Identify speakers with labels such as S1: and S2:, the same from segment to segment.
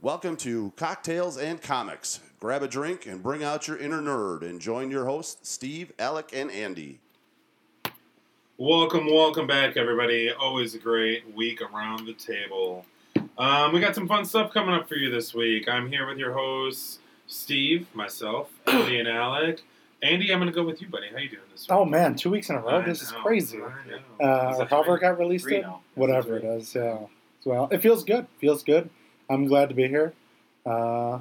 S1: Welcome to Cocktails and Comics. Grab a drink and bring out your inner nerd and join your hosts, Steve, Alec, and Andy.
S2: Welcome, welcome back, everybody. Always a great week around the table. Um, we got some fun stuff coming up for you this week. I'm here with your hosts, Steve, myself, Andy, and Alec. Andy, I'm going to go with you, buddy. How you doing this week?
S3: Oh man, two weeks in a row.
S2: I
S3: This is
S2: know,
S3: crazy.
S2: I know.
S3: Uh,
S2: Is
S3: or
S2: that
S3: however
S2: right?
S3: it got released,
S2: Three
S3: it,
S2: now.
S3: whatever it is. Yeah. Well, it feels good. Feels good. I'm glad to be here. Uh,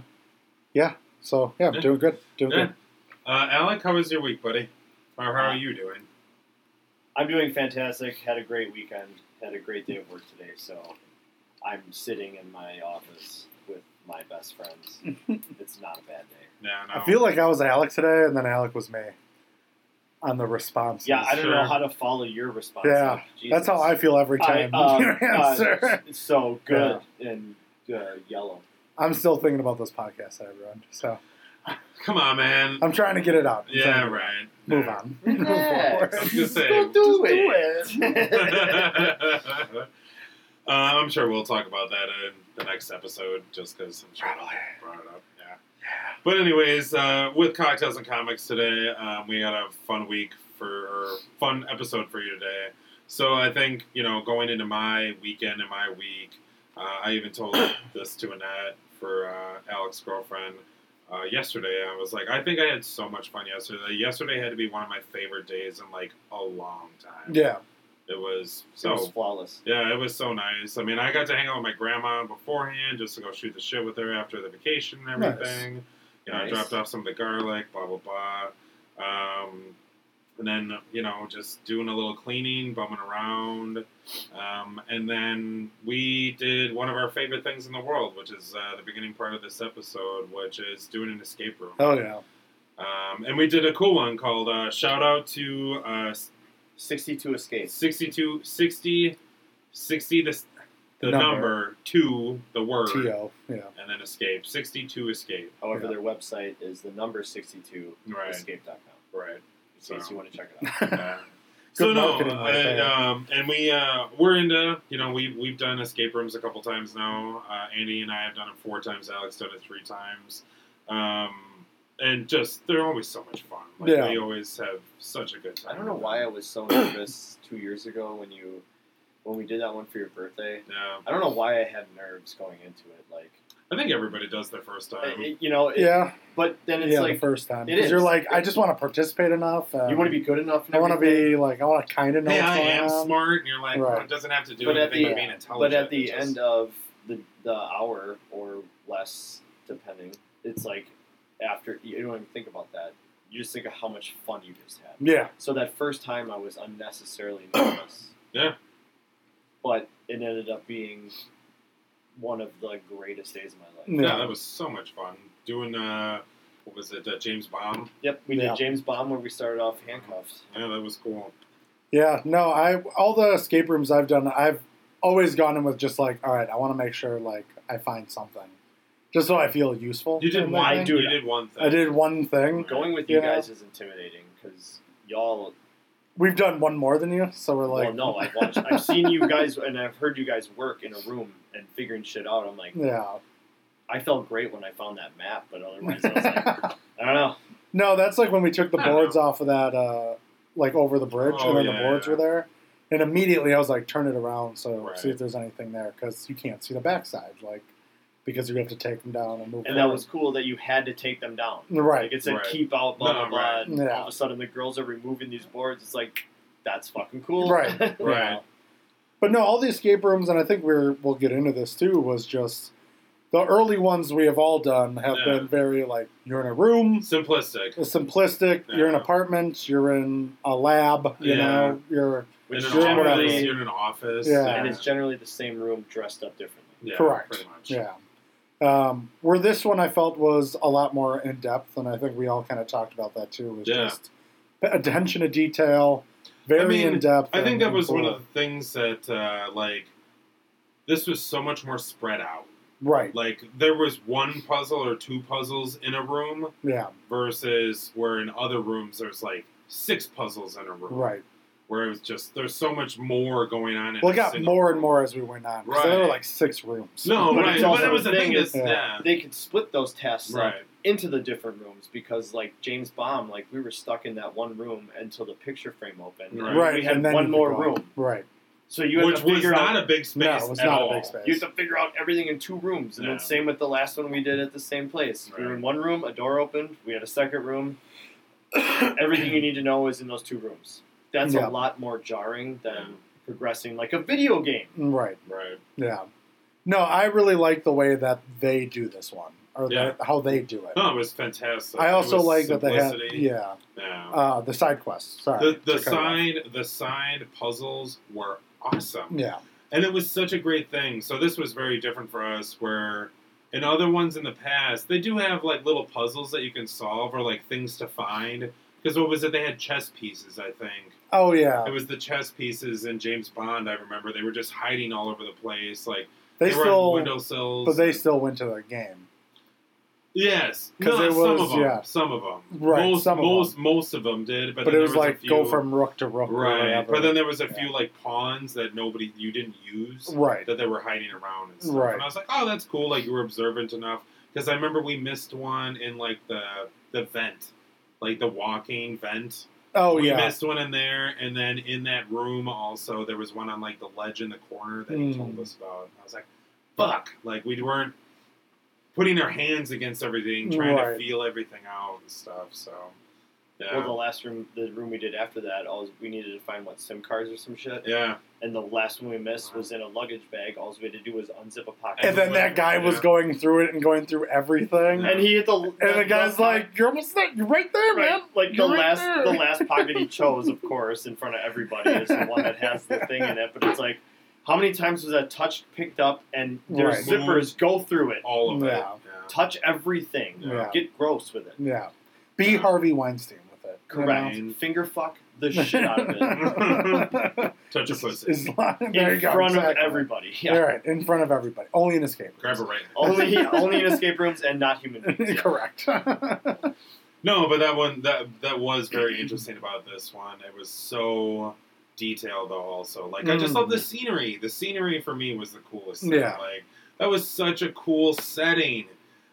S3: yeah. So yeah,
S2: Yeah.
S3: doing good. Doing
S2: Yeah.
S3: good.
S2: Uh, Alec, how was your week, buddy? Or
S3: Uh,
S2: how are you doing?
S4: I'm doing fantastic. Had a great weekend. Had a great day of work today. So I'm sitting in my office with my best friends. it's not a bad day.
S2: No, no.
S3: I feel like I was Alec today, and then Alec was me on the response.
S4: Yeah, I don't
S2: Sure.
S4: know how to follow your response.
S3: Yeah,
S4: Like, Jesus.
S3: that's how I feel every
S4: I,
S3: time.
S4: um,
S3: Your
S4: uh,
S3: answer.
S4: it's so good and uh, yellow.
S3: I'm still thinking about this podcast that I ruined, so
S2: Come on, man.
S3: I'm trying to get it out. I'm trying
S2: yeah,
S3: to
S2: right.
S3: Move on. Move
S4: Relax.
S3: forward.
S2: was gonna say,
S4: Go do it.
S2: uh, I'm sure we'll talk about that in the next episode, just because I'm sure I brought it up. Yeah. But anyways, uh, with cocktails and comics today, um, we had a fun week for or fun episode for you today. So I think you know going into my weekend and my week, uh, I even told this to Annette for uh, Alex's girlfriend uh, yesterday. I was like, I think I had so much fun yesterday. Yesterday had to be one of my favorite days in like a long time.
S3: Yeah.
S2: It was
S4: So
S2: so
S4: it's flawless.
S2: yeah, it was so nice. I mean, I got to hang out with my grandma beforehand just to go shoot the shit with her after the vacation and
S3: Nice.
S2: everything. You know, I
S4: Nice.
S2: dropped off some of the garlic, blah blah blah. Um, and then you know, just doing a little cleaning, bumming around, um, and then we did one of our favorite things in the world, which is uh, the beginning part of this episode, which is doing an escape room.
S3: Oh yeah.
S2: Um, and we did a cool one called uh, "Shout Out to uh,
S4: 62 escapes.
S2: 62, 60, 60 the, the
S3: Number.
S2: number. to the word,
S3: To yeah.
S2: and then escape. 62 escape.
S4: However,
S3: Yeah.
S4: their website is the number 62
S2: Right.
S4: escape.com.
S2: Right.
S4: In case
S2: So.
S4: you want to check it out.
S2: Yeah. so no,
S3: marketing right
S2: and,
S3: there.
S2: um, and we uh, we're into you know we we've done escape rooms a couple times now. Uh, Andy and I have done it four times. Alex done it three times. Um, and just they're always so much fun. Like,
S3: Yeah.
S2: We always have such a good time.
S4: I don't know
S2: with
S4: why I
S2: them.
S4: was so nervous two years ago when you when we did that one for your birthday.
S2: Yeah,
S4: I don't know why I had nerves going into it. Like,
S2: I think everybody does their first time.
S4: it- it- you know, it,
S3: yeah.
S4: But then it's
S3: yeah, the
S4: like
S3: first time
S4: it
S3: because you're
S4: is.
S3: like, I just want to participate enough. Uh,
S4: you want to be good enough. and
S3: I want to
S4: everything,
S3: be like, I want to kind of know.
S2: hey,
S3: what's
S2: I
S3: going
S2: am
S3: on.
S2: smart, and you're like,
S3: Right.
S2: well, it doesn't have to do
S4: But at
S2: anything
S4: the-
S2: but being
S4: But
S2: intelligent.
S4: at the
S2: It just-
S4: end of the the hour or less, depending, it's like after you don't even think about that. You just think of how much fun you just had.
S3: Yeah,
S4: So that first time I was unnecessarily nervous.
S2: Yeah.
S4: But it ended up being one of the greatest days of my life.
S3: yeah.
S2: Yeah, that was so much fun doing. Uh, what was it? Uh, James Bomb.
S4: Yep, we
S3: Yeah.
S4: did James Bond where we started off handcuffed.
S2: Yeah, that was cool.
S3: Yeah, No, I all the escape rooms I've done, I've always gone in with just like, all right, I want to make sure like I find something, just so I feel useful.
S2: You did
S3: in
S2: one.
S3: that
S4: I
S3: thing.
S4: do-
S2: You did one thing.
S3: I did one thing.
S4: Going with you
S3: Yeah.
S4: guys is intimidating because y'all.
S3: We've done one more than you, so we're like,
S4: well, no, I've watched, I've seen you guys and I've heard you guys work in a room and figuring shit out. I'm like,
S3: yeah.
S4: I felt great when I found that map, but otherwise, I was like, I don't know.
S3: No, that's like when we took the
S2: I don't
S3: boards off of that, uh, like over the bridge,
S2: Oh,
S3: and then
S2: yeah,
S3: the boards
S2: yeah.
S3: were there. And immediately I was like, turn it around so
S2: Right.
S3: see if there's anything there because you can't see the backside, like because you have to take them down and move.
S4: And that was cool that you had to take them down.
S3: right.
S4: Like it said,
S2: Right.
S4: keep out, blah,
S2: No,
S4: blah, blah.
S2: right.
S4: And
S3: Yeah.
S4: all of a sudden, the girls are removing these boards. It's like, that's fucking cool.
S3: Right.
S2: Right.
S3: Yeah. But no, all the escape rooms, and I think we're we'll get into this too, was just the early ones we have all done have
S2: Yeah.
S3: been very like you're in a room,
S2: Simplistic.
S3: it's simplistic. You're in an
S2: Yeah.
S3: apartment. You're in a lab. You
S2: Yeah.
S3: know, you're
S2: in
S4: Which is
S2: an
S3: is
S2: office.
S3: generally-
S4: generally,
S2: You're in an office.
S3: Yeah.
S4: and it's generally the same room dressed up differently.
S2: Yeah,
S3: Correct.
S2: Pretty much.
S3: yeah. Um, where this one I felt was a lot more in depth, and I think we all kind of talked about that too. Was
S2: Yeah.
S3: just attention to detail, very
S2: I mean,
S3: in depth.
S2: I think
S3: and-
S2: that
S3: and
S2: was one
S3: cool.
S2: of the things that uh, like this was so much more spread out.
S3: right.
S2: Like there was one puzzle or two puzzles in a room
S3: Yeah,
S2: versus where in other rooms there's like six puzzles in a room.
S3: right.
S2: where it was just there's so much more going on. In
S3: Well, it
S2: a
S3: got
S2: single-
S3: more and more as we went on. 'cause There were
S2: Right.
S3: like six rooms.
S2: No,
S4: But
S2: right.
S4: it's
S2: But
S4: also
S2: it was a
S4: the
S2: thing.
S4: thing
S2: Is,
S4: is-
S2: yeah.
S4: They could split those tasks
S3: uh,
S4: up
S2: Right.
S4: into the different rooms because, like James Baum, like we were stuck in that one room until the picture frame opened.
S2: Right.
S4: And
S3: Right,
S4: We had
S3: and then
S4: one
S3: you
S4: more
S3: could go on.
S4: room,
S3: Right.
S4: so you had
S2: Which
S4: to
S2: was
S4: figure
S2: not
S4: out.
S2: a big space.
S3: No, it was
S2: at
S3: not
S2: all.
S3: a big space.
S4: you have to figure out everything in two rooms, and
S2: Yeah.
S4: then same with the last one we did at the same place. We were in one room, a door opened, we had a second room. everything you need to know is in those two rooms. That's
S3: Yeah.
S4: a lot more jarring than
S2: Yeah.
S4: progressing like a video game.
S3: Right.
S2: Right.
S3: Yeah. No, I really like the way that they do this one, or
S2: Yeah.
S3: that, how they do it.
S2: No, it was fantastic.
S3: I
S2: It
S3: also
S2: was
S3: like that they
S2: simplicity.
S3: had yeah
S2: Yeah.
S3: uh, the side quests. Sorry.
S2: the the
S3: to cut it off.
S2: side the side puzzles were awesome,
S3: Yeah.
S2: and it was such a great thing. So this was very different for us. Where in other ones in the past, they do have like little puzzles that you can solve or like things to find. Because what was it? They had chess pieces, I think.
S3: Oh yeah.
S2: It was the chess pieces in James Bond. I remember they were just hiding all over the place, like
S3: They
S2: were on
S3: still,
S2: windowsills.
S3: but they
S2: and-
S3: still went to the game.
S2: yes,
S3: 'cause
S2: no,
S3: it
S2: some
S3: was-
S2: of them,
S3: yeah.
S2: some of them,
S3: Right,
S2: Most,
S3: some of
S2: most, most of them did, but,
S3: But,
S2: then there
S3: it was, like
S2: a few,
S3: go from rook to rook. or
S2: right.
S3: whatever.
S2: But then there was a
S3: Yeah.
S2: few like pawns that nobody you didn't use
S3: right.
S2: that they were hiding around and stuff.
S3: Right.
S2: And I was like, oh, that's cool. Like you were observant enough because I remember we missed one in like the the vent, like the walking vent.
S3: Oh
S2: we
S3: yeah.
S2: missed one in there, and then in that room also there was one on like the ledge in the corner that he told
S3: Mm.
S2: us about. I was like, "Fuck!" Like we weren't putting our hands against everything, trying to
S3: Right.
S2: feel everything out and stuff. So, yeah,
S4: Well, the last room, the room we did after that, all we needed to find what SIM cards or some shit.
S2: yeah,
S4: And the last one we missed was in a luggage bag. All we had to do was unzip a pocket.
S3: and then that guy was
S2: Yeah.
S3: going through it and going through everything.
S4: and he hit the
S3: And the guy's like, "You're almost there. You're right there, man."
S4: Right, like the
S3: You're right
S4: last
S3: there.
S4: the last pocket he chose, of course, in front of everybody is the one that has the thing in it. But it's like, how many times was that touched, picked up, and their
S3: Right.
S4: zippers go through it?
S2: all of
S3: Yeah.
S2: it. Yeah.
S4: Touch everything.
S3: Yeah.
S4: Get gross with it.
S3: Yeah. Be Harvey Weinstein with it. you know?
S4: Correct.
S2: know?
S4: Finger fuck the shit out of it
S2: Touch your pussy,
S3: Is- there
S4: in
S3: you go,
S4: front
S3: exactly.
S4: of everybody. Yeah.
S3: All right, in front of everybody. Only in escape.
S2: grab a right.
S4: only only in escape rooms and not human beings. Yeah.
S3: Correct.
S2: No, but that one that that was very interesting about this one. It was so detailed though also. Like I just
S3: Mm.
S2: love the scenery. The scenery for me was the coolest thing.
S3: Yeah.
S2: Like that was such a cool setting.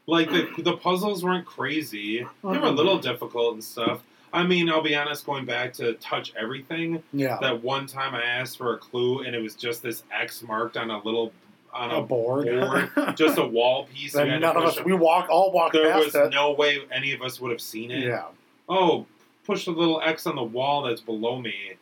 S2: Like the the puzzles weren't crazy. They were a little difficult and stuff. I mean, I'll be honest, going back to touch everything,
S3: yeah.
S2: that one time I asked for a clue and it was just this X marked on a little on
S3: A
S2: a
S3: board.
S2: um, board, just a wall piece. you
S3: Then
S2: had to
S3: none of
S2: push
S3: us.
S2: a-
S3: We walk. All walk
S2: there
S3: past
S2: was
S3: it.
S2: no way any of us would have seen it
S3: yeah.
S2: oh, push the little X on the wall that's below me.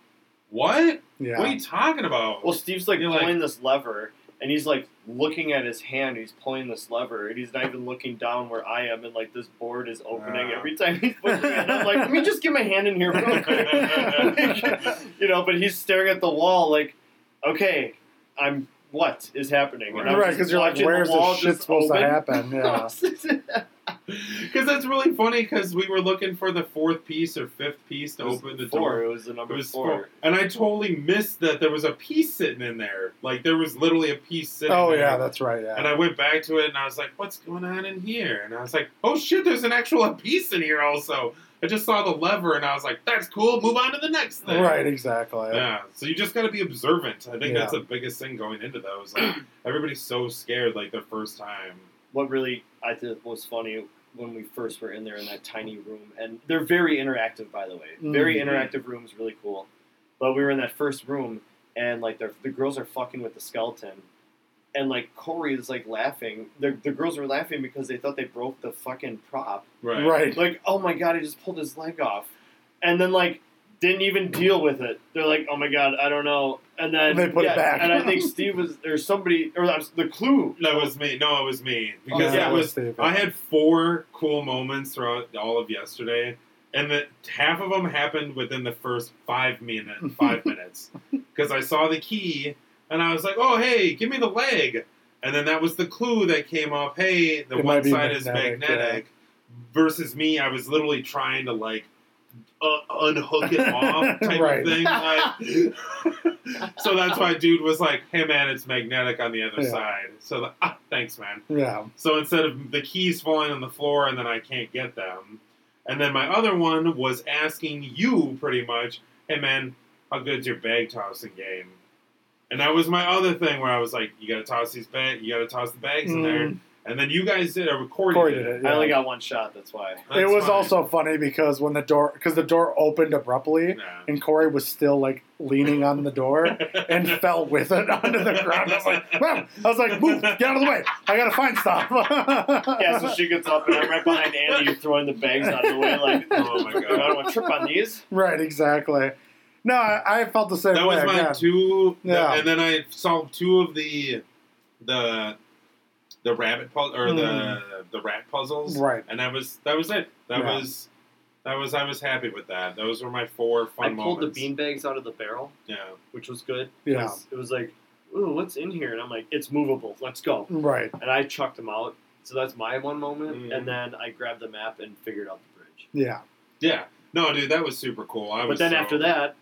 S2: What?
S3: Yeah.
S2: What are you talking about?
S4: Well, Steve's like
S2: You're like-
S4: pulling this lever, and he's like looking at his hand. He's pulling this lever, and he's not even looking down where I am. And like this board is opening
S2: Ah.
S4: every time he's pushing it. I'm like, let me just get my hand in here real quick, you know. But he's staring at the wall, like, okay, I'm what is happening?
S2: Right.
S4: I'm
S3: right, because
S4: just
S3: you're like,
S4: watching
S3: where's
S4: the wall
S3: this shit
S4: just
S3: supposed to
S4: open.
S3: happen? Yeah.
S2: Because that's really funny. Because we were looking for the fourth piece or fifth piece to
S4: It was
S2: open the
S4: four.
S2: door.
S4: It was the
S2: It
S4: number
S2: was
S4: four.
S2: four, and I totally missed that there was a piece sitting in there. Like there was literally a piece sitting.
S3: oh
S2: there.
S3: yeah, that's right. Yeah.
S2: And I went back to it and I was like, "What's going on in here?" And I was like, "Oh shit, there's an actual piece in here." Also, I just saw the lever and I was like, "That's cool. Move on to the next thing."
S3: Right. Exactly.
S2: Yeah, so you just got to be observant. I think
S3: Yeah.
S2: that's the biggest thing going into those. Like everybody's so scared, like their first time.
S4: what really I think was funny when we first were in there in that tiny room, and they're very interactive, by the way.
S3: Mm-hmm.
S4: Very
S2: Mhm.
S4: interactive rooms, really cool. But we were in that first room, and like they're- the girls are fucking with the skeleton, and like Corey is like laughing. The, the girls were laughing because they thought they broke the fucking prop.
S2: Right.
S3: Right.
S4: Like, oh my god, he just pulled his leg off, and then like didn't even deal with it. They're like, oh my god, I don't know, and then
S3: And they put it
S4: yeah,
S3: back.
S4: And I think Steve was or somebody or that was the clue.
S2: That was me. No, it was me because
S4: yeah.
S2: that was.
S3: stupid.
S2: I had four cool moments throughout all of yesterday, and the half of them happened within the first five minute five minutes because I saw the key and I was like, "Oh hey, give me the leg," and then that was the clue that came up. Hey, the
S3: It might
S2: one
S3: be
S2: side is
S3: magnetic,
S2: magnetic. Versus me, I was literally trying to like uh, unhook it off type
S3: Right.
S2: of thing. like- so that's why dude was like, "Hey man, it's magnetic on the other
S3: Yeah.
S2: side." So like, ah, thanks, man.
S3: Yeah.
S2: So instead of the keys falling on the floor and then I can't get them, and then my other one was asking you pretty much, "Hey man, how good's your bag tossing game? And that was my other thing where I was like, you gotta toss these bag, you gotta toss the bags in there. And then you guys did a recording.
S3: Corey did Mm. it.
S4: I only
S3: yeah.
S4: got one shot. That's why.
S3: it was also funny because when the door because the door opened abruptly and Corey was still like leaning on the door and fell with it onto the ground. I was like, "Wow." I was like, move, get out of the way. I gotta find stuff.
S4: Yeah, so she gets up and I'm right behind Andy, throwing the bags out of the way. Like,
S2: Oh my
S4: I
S2: god.
S4: don't want to trip on these.
S3: right, exactly. No, I, I felt the same
S2: that
S3: way.
S2: was my
S3: again.
S2: two.
S3: Yeah.
S2: and then I solved two of the the the rabbit puzzle or
S3: Mm.
S2: the the rat puzzles.
S3: Right.
S2: And that was that was it. That
S3: Yeah.
S2: was that was I was happy with that. Those were my four
S4: I
S2: fun
S4: pulled the
S2: moments.
S4: bean bags out of the barrel,
S2: Yeah.
S4: which was good.
S3: Yeah.
S4: It was, it was like, ooh, what's in here? And I'm like, it's movable. Let's go.
S3: Right.
S4: And I chucked them out. So that's my one moment.
S2: Mm.
S4: And then I grabbed the map and figured out the bridge.
S3: Yeah.
S2: Yeah. No, dude, that was super cool. I
S4: But
S2: was
S4: then
S2: so-
S4: after that,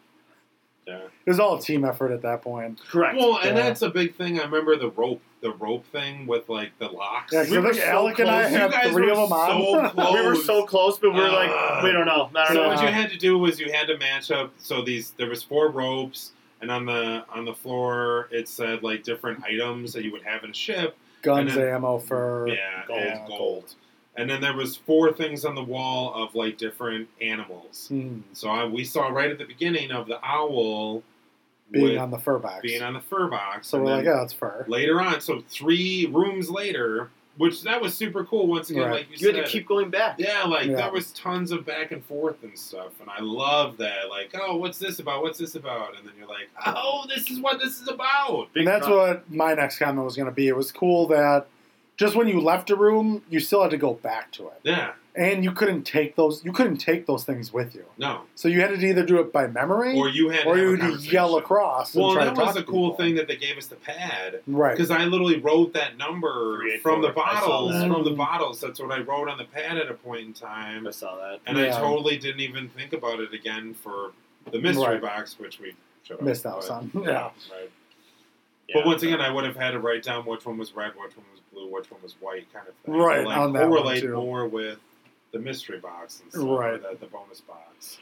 S2: Yeah.
S3: It was all a team effort at that point.
S4: correct.
S2: Well, and
S3: Yeah.
S2: that's a big thing. I remember the rope, the rope thing with like the locks.
S3: Yeah, 'cause I
S2: were
S3: think Alec and I
S2: close.
S3: have
S2: you guys
S3: three
S2: were
S3: of them on.
S2: so close.
S4: we were so close, but we were
S2: Ah.
S4: like, we don't know. I don't
S2: So
S4: know.
S2: what you had to do was you had to match up. So these there was four ropes, and on the on the floor it said like different items that you would have in a ship.
S3: Guns,
S2: And then-
S3: ammo for
S2: Yeah,
S4: gold.
S2: and gold. And then there was four things on the wall of like different animals.
S3: Hmm,
S2: So I, we saw right at the beginning of the owl
S3: being
S2: with-
S3: on the fur box.
S2: being on the fur box.
S3: so
S2: and
S3: we're
S2: then
S3: like, oh. yeah, that's fur.
S2: later on. So three rooms later, which that was super cool. Once again,
S3: Right.
S2: like you,
S4: You
S2: said,
S4: had to keep going back.
S2: Yeah, like
S3: Yeah.
S2: that was tons of back and forth and stuff, and I love that. Like, oh, what's this about? What's this about? And then you're like, oh, this is what this is about.
S4: Big
S3: and that's
S4: problem.
S3: what my next comment was going to be. It was cool that just when you left a room, you still had to go back to it,
S2: Yeah,
S3: and you couldn't take those. You couldn't take those things with you,
S2: no,
S3: so you had to either do it by memory,
S2: or you had, to have
S3: or
S2: a
S3: you had to
S2: conversation.
S3: yell across. and
S2: Well,
S3: try
S2: that
S3: to talk
S2: was a
S3: to
S2: cool
S3: people.
S2: thing that they gave us the pad
S3: right?
S2: because I literally wrote that number
S4: Three, eight,
S2: from the
S4: four. I saw
S2: bottles.
S3: that.
S2: From the
S3: Mm.
S2: bottles, that's what I wrote on the pad at a point in time,
S4: I saw that.
S2: and
S3: Yeah.
S2: I totally didn't even think about it again for the mystery
S3: Right.
S2: box, which we should have
S3: Missed out
S2: but-
S3: on. Yeah,
S2: right.
S4: Yeah.
S2: but once again, I would have had to write down which one was red, which one was blue, which one was white, kind of thing.
S3: Right,
S2: To, like,
S3: on that one,
S2: correlate
S3: too.
S2: more with the mystery box and stuff, or
S3: Right.
S2: the, the bonus box.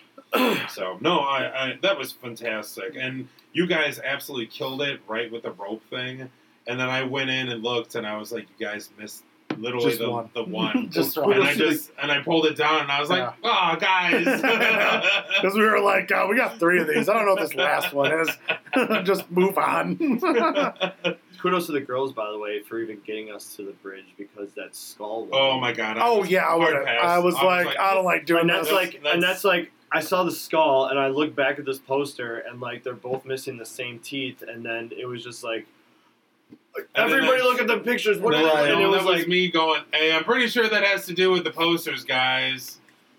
S2: so no, I, I that was fantastic, and you guys absolutely killed it right with the rope thing. And then I went in and looked, and I was like, you guys missed literally
S3: Just
S2: the
S3: one.
S2: the one.
S3: just
S2: And I
S3: because
S2: just and I pulled it down, and I was like, "Oh, guys!"
S3: we were like, uh, we got three of these. I don't know what this last one is. just move on.
S4: Kudos to the girls, by the way, for even getting us to the bridge because that skull. one-
S2: oh my god! I
S3: oh
S2: was
S3: yeah, I,
S2: hard
S3: would've-
S2: pass.
S3: I was like, I don't like doing
S4: And
S3: that.
S4: that's
S2: That's-
S4: like,
S2: that's-
S4: and that's like, I saw the skull, and I looked back at this poster, and like they're both missing the same teeth, and then it was just like,
S2: And then
S4: everybody
S2: I-
S4: look at the pictures. What
S2: That-
S4: are they-
S2: no,
S4: And it was
S2: that was
S4: like,
S2: me going, hey, I'm pretty sure that has to do with the posters, guys.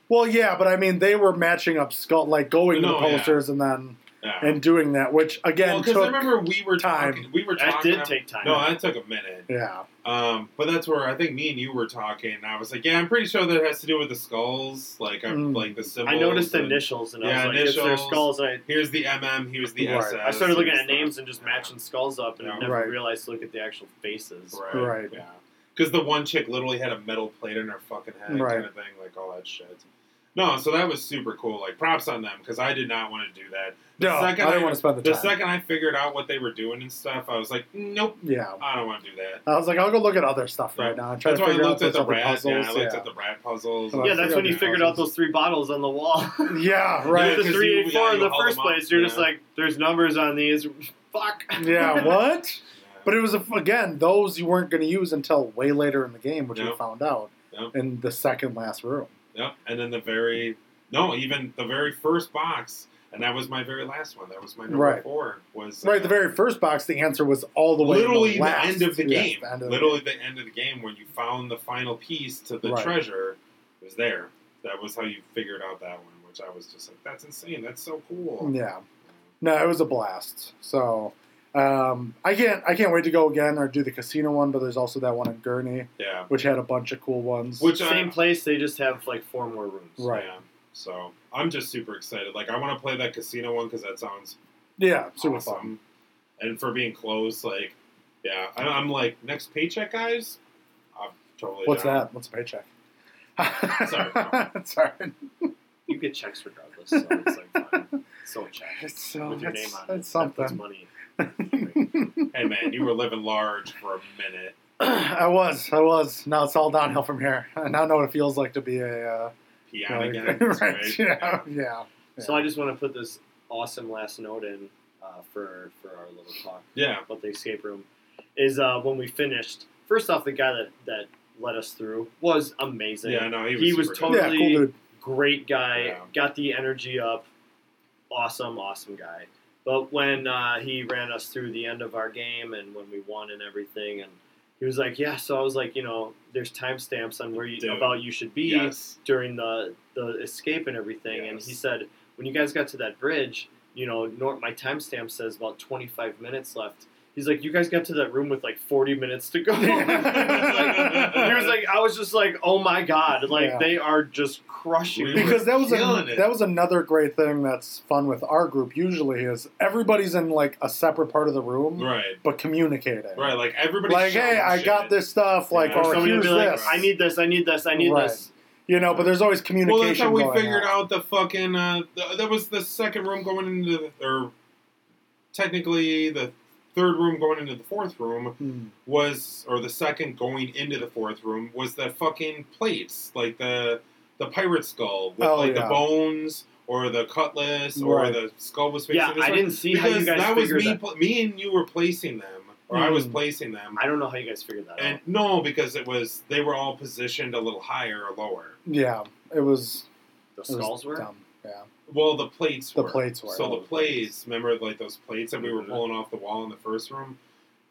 S3: Well, yeah, but I mean, they were matching up skull, like going
S2: No,
S3: to the posters and then
S2: Yeah.
S3: and doing that, which again
S2: well, because I
S3: took
S2: remember we were
S3: time.
S2: talking. We were
S4: that
S2: talking.
S4: did take time.
S2: no, that took a minute.
S3: yeah,
S2: Um, but that's where I think me and you were talking. And I was like, yeah, I'm pretty sure that has to do with the skulls. Like, I'm
S3: Mm.
S2: like the symbols.
S4: I noticed the
S2: and
S4: initials, and
S2: Yeah,
S4: I was like, it's their
S2: initials.
S4: skulls, and I.
S2: Here's the MM. Here's the
S3: Right.
S2: SS.
S4: I started looking at
S2: stuff.
S4: names and just matching skulls up, and
S2: Yeah.
S4: I never
S3: Right.
S4: realized to look at the actual faces.
S2: Right.
S3: Right.
S2: Yeah. Because the one chick literally had a metal plate in her fucking head,
S3: Right.
S2: kind of thing, like all that shit. No, so that was super cool. Like props on them because I did not want to do that. The
S3: no, I
S2: second
S3: didn't want to spend the,
S2: The
S3: time.
S2: second I figured out what they were doing and stuff, I was like, nope,
S3: yeah,
S2: I don't want to do that.
S3: I was like, I'll go look at other stuff right
S2: Yeah.
S3: now. I'm trying
S2: That's
S3: to
S2: why I
S3: figure
S2: looked
S3: out
S2: at the
S3: those other
S2: rat.
S3: puzzles.
S2: yeah, I looked at the rat puzzles.
S3: Yeah,
S4: Yeah, that's when you figured out those three bottles on the wall.
S3: yeah,
S2: Yeah,
S3: right.
S4: the
S2: 'cause
S4: three
S2: you-
S4: eight four
S2: yeah,
S4: in
S2: you
S4: the
S2: haul
S4: first
S2: them up,
S4: place. You're just
S2: yeah.
S4: like, there's numbers on these. Fuck.
S3: yeah, what?
S2: Yeah.
S3: But it was again those you weren't going to use until way later in the game, which we
S2: Yep.
S3: found out
S2: Yep.
S3: in the second last room.
S2: Yep. And then the very no, even the very first box, and that was my very last one. That was my number
S3: Right.
S2: four. Was uh,
S3: Right, the very first box, the answer was all the way. to
S2: literally the,
S3: last.
S2: end of the
S3: Yes,
S2: game.
S3: the end of the
S2: literally the end of the game when you found the final piece to the
S3: Right.
S2: treasure was there. That was how you figured out that one, which I was just like, that's insane. That's so cool.
S3: Yeah. No, it was a blast. So um, I can't I can't wait to go again or do the casino one, but there's also that one in Gurney,
S2: Yeah.
S3: which had a bunch of cool ones.
S2: Which I,
S4: Same place. They just have like four more rooms.
S3: Right.
S2: Yeah. So I'm just super excited. Like I want to play that casino one because that sounds
S3: yeah, super
S2: awesome.
S3: fun.
S2: And for being close, like, yeah, I'm, I'm like next paycheck, guys. I'm totally.
S3: What's
S2: down.
S3: that? What's a paycheck?
S2: Sorry.
S3: Sorry.
S4: You get checks regardless, so it's like fine. So check.
S3: It's so
S4: With your
S3: it's,
S4: name on it.
S3: it's
S4: That puts
S3: something.
S4: money.
S2: Hey man, you were living large for a minute.
S3: I was, I was. Now it's all downhill from here. I now know what it feels like to be a uh,
S2: Piano
S3: like-
S2: again.
S3: right? Yeah, yeah.
S4: So I just want to put this awesome last note in uh, for for our little talk
S2: Yeah.
S4: about the escape room. Is uh, when we finished. First off, the guy that that led us through was amazing.
S2: Yeah, no, he was,
S4: He was
S2: super good.
S3: yeah,
S4: totally-
S3: cool dude.
S4: great guy,
S2: Yeah.
S4: got the energy up, awesome, awesome guy. But when uh, he ran us through the end of our game and when we won and everything, and he was like, "Yeah," so I was like, you know, there's timestamps on where you
S2: Dude.
S4: about you should be
S2: Yes.
S4: during the the escape and everything. And he
S2: Yes.
S4: said, when you guys got to that bridge, you know, nor- my timestamp says about 25 minutes left. He's like, you guys got to that room with like 40 minutes to go. he was like, I was just like, oh my god, like
S3: Yeah.
S4: they are just crushing.
S2: We
S4: it.
S3: because that was
S2: killing
S3: a,
S2: it.
S3: that was another great thing that's fun with our group. Usually is everybody's in like a separate part of the room,
S2: Right.
S3: but communicating.
S2: Right. Like everybody.
S3: Like,
S2: showed
S3: hey, I
S2: shit.
S3: got this stuff. Like,
S2: Yeah.
S4: Or
S3: or
S4: somebody would
S3: here's
S4: be like,
S3: this.
S4: I need this, I need this, I need
S3: Right.
S4: this.
S3: you know, but there's always
S2: Well, that's how
S3: communication.
S2: we
S3: going
S2: figured
S3: on.
S2: out the fucking. Uh, the, that was the second room going into the, or technically the third room going into the fourth room
S3: Hmm.
S2: was, or the second going into the fourth room was the fucking plates, like the the pirate skull with
S3: Oh,
S2: like
S3: yeah.
S2: the bones or the cutlass or
S3: Right.
S2: the skull was facing
S4: Yeah,
S2: this
S4: I
S2: way.
S4: didn't see how
S2: because
S4: you guys
S2: that was
S4: figured
S2: me.
S4: that.
S2: pl- me and you were placing them, or I was
S3: Mm.
S2: placing them.
S4: I don't know how you guys figured that
S2: And no, because it was they were all positioned a little higher or lower.
S3: Yeah, it was.
S4: out. The
S3: it was
S4: skulls were.
S3: dumb. Yeah,
S2: Well, the plates.
S3: The
S2: were.
S3: plates were.
S2: So the plates. Remember, like those plates that we were
S4: Mhm.
S2: pulling off the wall in the first room.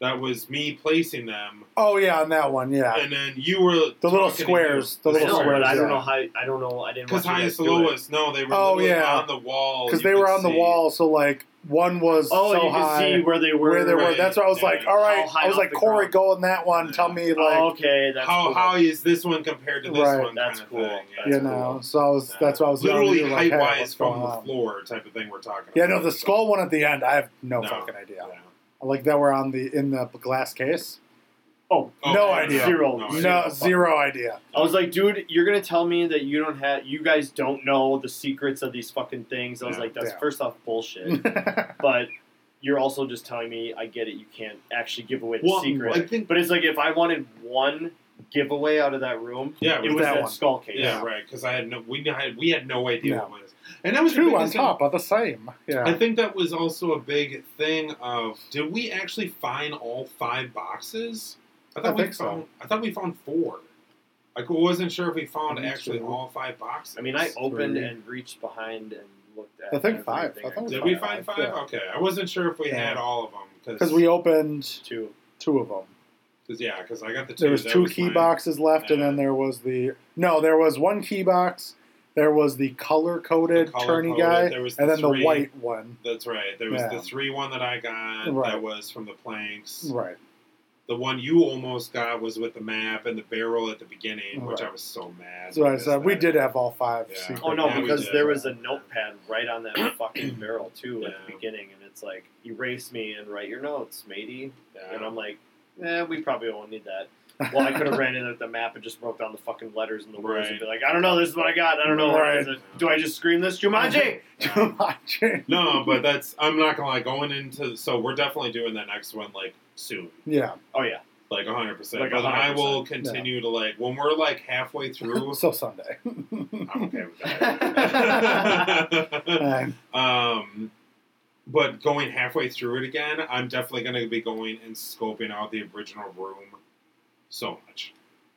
S2: That was me placing them,
S3: Oh yeah, on that one. Yeah,
S2: and then you were
S3: The little
S2: talking to
S3: squares,
S2: you.
S3: the
S4: I
S3: little
S4: know,
S3: squares,
S4: but I don't
S3: yeah.
S4: know how. I don't know. I didn't.
S2: Because
S4: Because
S2: highest and lowest. No, they were.
S3: Oh,
S2: literally
S3: yeah.
S2: on the wall
S3: because
S2: you
S3: they
S2: could
S3: were on the
S2: see.
S3: wall. So like one was
S4: Oh,
S3: so
S4: you can
S3: high
S4: see where they were.
S3: where they were.
S2: Right.
S3: That's why I was
S2: Yeah.
S3: like, all right.
S4: How high
S3: I was
S4: off
S3: like,
S4: the
S3: Corey,
S4: ground?
S3: go in that one. Tell me like.
S4: oh, okay, that's
S2: How
S4: cool.
S2: how is this one compared to this
S3: Right.
S2: one?
S4: That's
S2: kind
S4: cool.
S2: Of thing. Yeah.
S3: You
S4: That's
S3: know,
S4: cool.
S3: so I was. That's why I was
S2: literally
S3: telling you, like, hey,
S2: height wise
S3: what's
S2: from
S3: going
S2: the
S3: on?
S2: floor type of thing we're talking.
S3: Yeah,
S2: about.
S3: no, the skull one at the end. I have no,
S2: No.
S3: fucking idea.
S2: Yeah.
S3: Like that were on the in the glass case.
S4: Oh,
S2: Oh,
S3: No
S2: yeah,
S3: idea.
S4: Zero.
S2: No idea.
S3: No, zero idea.
S4: I was like, dude, you're gonna tell me that you don't have, you guys don't know the secrets of these fucking things. I was
S2: Yeah.
S4: like, that's
S3: Yeah.
S4: first off bullshit, but you're also just telling me, I get it, you can't actually give away the
S2: Well,
S4: secret.
S2: I think-
S4: but it's like if I wanted one giveaway out of that room,
S2: Yeah,
S4: it
S2: we
S4: was
S3: was
S4: that,
S3: that one.
S4: skull case.
S2: Yeah, right. Because I had no, we had, we had no idea
S3: No.
S2: what it was, and that was the
S3: Two on
S2: biggest thing.
S3: top are the same.
S2: I
S3: Yeah.
S2: think that was also a big thing of did we actually find all five boxes? I thought
S3: I
S2: we
S3: think so.
S2: found. I thought we found four. I wasn't sure if we found
S3: Me
S2: actually
S3: too.
S2: all five boxes.
S4: I mean, I opened
S3: Three.
S4: and reached behind and looked at.
S3: I think five.
S4: everything
S3: I thought it was
S2: did
S4: could
S2: we
S3: five,
S2: find five?
S3: yeah.
S2: Okay, I wasn't sure if we
S3: Yeah.
S2: had all of them
S3: Because we opened
S4: Two.
S3: two of them.
S2: Cause, yeah, because I got the two.
S3: There was
S2: that
S3: two key
S2: mine.
S3: boxes left, and
S2: Yeah.
S3: then there was the no. There was one key box. There was the color
S2: The
S3: coded
S2: color-coded,
S3: tourney guy,
S2: there was
S3: and
S2: the
S3: then the
S2: three.
S3: white one.
S2: That's right. There was
S3: Yeah.
S2: the three one that I got.
S3: Right.
S2: That was from the planks.
S3: Right.
S2: The one you almost got was with the map and the barrel at the beginning, which
S3: Right.
S2: I was so mad.
S3: So I
S2: because
S3: said we
S2: that-
S3: did have all five.
S2: Yeah.
S3: secret
S4: Oh no,
S2: Yeah, we
S4: because
S2: did.
S4: there was a notepad right on that fucking barrel too at the
S2: Yeah.
S4: beginning, and it's like erase me and write your notes, matey.
S2: Yeah.
S4: And I'm like, eh, we probably won't need that. Well, I could have ran in at the map and just wrote down the fucking letters and the words and be like, I don't know, this is what I got. I don't know. what is
S2: Right.
S4: it. Do I just scream this Jumanji?
S2: Yeah.
S3: Jumanji.
S2: No, but that's I'm not gonna lie. Going into so we're definitely doing the next one like soon,
S3: Yeah.
S4: Oh yeah,
S2: like 100. percent
S4: Like
S2: But I
S4: 100%,
S2: will continue to like when we're like halfway through.
S3: So Sunday.
S2: I'm okay with that.
S3: Um,
S2: um, but going halfway through it again, I'm definitely gonna be going and scoping out the original room so much.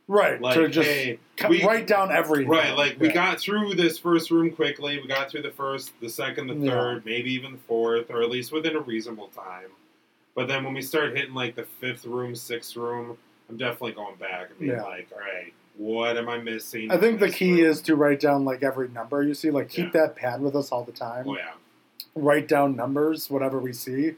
S3: right.
S2: Like,
S3: to just
S2: hey,
S3: cut-
S2: we-
S3: write down everything.
S2: Right, like we
S3: Yeah.
S2: got through this first room quickly. We got through the first, the second, the
S3: Yeah.
S2: third, maybe even the fourth, or at least within a reasonable time. But then when we start hitting like the fifth room, sixth room, I'm definitely going back and being
S3: Yeah.
S2: like, all right, what am I missing?
S3: I think
S2: in
S3: the
S2: this
S3: key
S2: room?"
S3: is to write down like every number you see. Like keep that pad with us all the time.
S2: Oh, yeah.
S3: Write down numbers, whatever we see,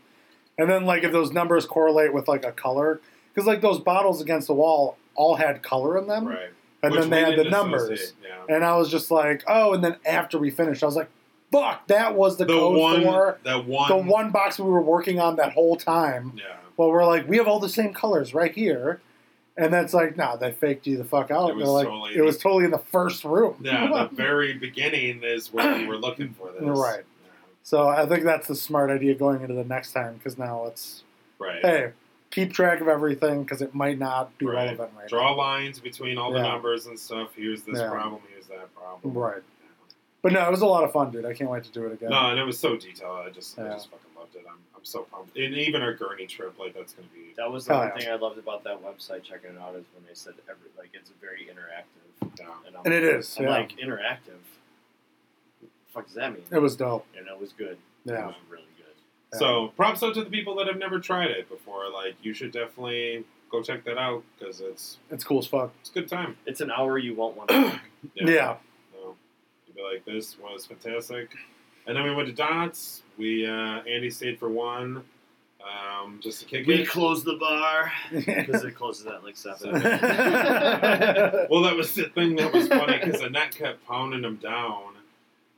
S3: and then like if those numbers correlate with like a color, because like those bottles against the wall all had color in them,
S2: Right.
S3: and
S2: Which
S3: then they
S2: we
S3: had the
S2: didn't
S3: numbers.
S2: associate, Yeah.
S3: And I was just like, oh. And then after we finished, I was like, fuck, that was the,
S2: The
S3: code
S2: one,
S3: for
S2: that one,
S3: the one box we were working on that whole time.
S2: Yeah.
S3: Well, we're like, we have all the same colors right here. And that's like, nah, they faked you the fuck out.
S2: It
S3: They're
S2: was
S3: like,
S2: totally-
S3: it was totally in the first room.
S2: Yeah, the very beginning is where we were looking for this.
S3: Right.
S2: Yeah.
S3: So I think that's the smart idea going into the next time because now it's
S2: Right.
S3: hey, keep track of everything because it might not be
S2: Right.
S3: relevant right
S2: Draw lines between all the
S3: Yeah.
S2: numbers and stuff. Here's this
S3: Yeah.
S2: problem. Here's that
S3: now.
S2: problem.
S3: Right. But no, it was a lot of fun, dude. I can't wait to do it again.
S2: No, and it was so detailed. I just, I
S3: Yeah.
S2: just fucking loved it. I'm, I'm so pumped. And even our gurney trip, like that's gonna be.
S4: That was the
S3: Oh,
S4: one
S3: yeah.
S4: thing I loved about that website checking it out is when they said every like it's very interactive.
S2: Yeah.
S4: And, I'm,
S3: And it is,
S4: I'm
S3: yeah.
S4: like interactive. What the fuck does that mean?
S3: It was dope.
S4: and it was good. It
S3: Yeah.
S4: was really good.
S3: Yeah.
S2: So props out to the people that have never tried it before. Like you should definitely go check that out because it's
S3: It's cool as fuck.
S2: it's a good time.
S4: It's an hour you won't want to.
S3: Yeah.
S2: So, you'd be like, this was fantastic. And then we went to Dots. We uh, Andy stayed for one, um, just to kick
S4: we
S2: it.
S4: closed the bar because it closes at like seven.
S2: Well, that was the thing that was funny because Annette kept pounding him down,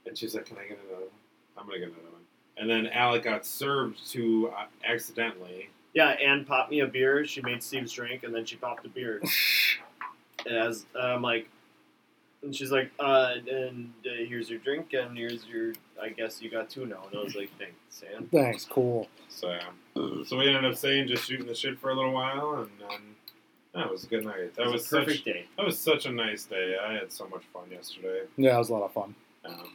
S2: and she's like, "Can I get another one? I'm gonna get another one." And then Alec got served to uh, accidentally.
S4: yeah, Anne popped me a beer. She made Steve's drink, and then she popped a beer. And as uh, I'm like, and she's like, uh, and uh, here's your drink, and here's your. I guess you got two now. And I was like, thanks, Anne.
S3: Thanks, cool.
S2: So, so we ended up staying just shooting the shit for a little while, and then that was a good night. That
S4: It
S2: was
S4: a perfect
S2: such
S4: day.
S2: that was such a nice day. I had so much fun yesterday.
S3: Yeah, it was a lot of fun.
S2: Um,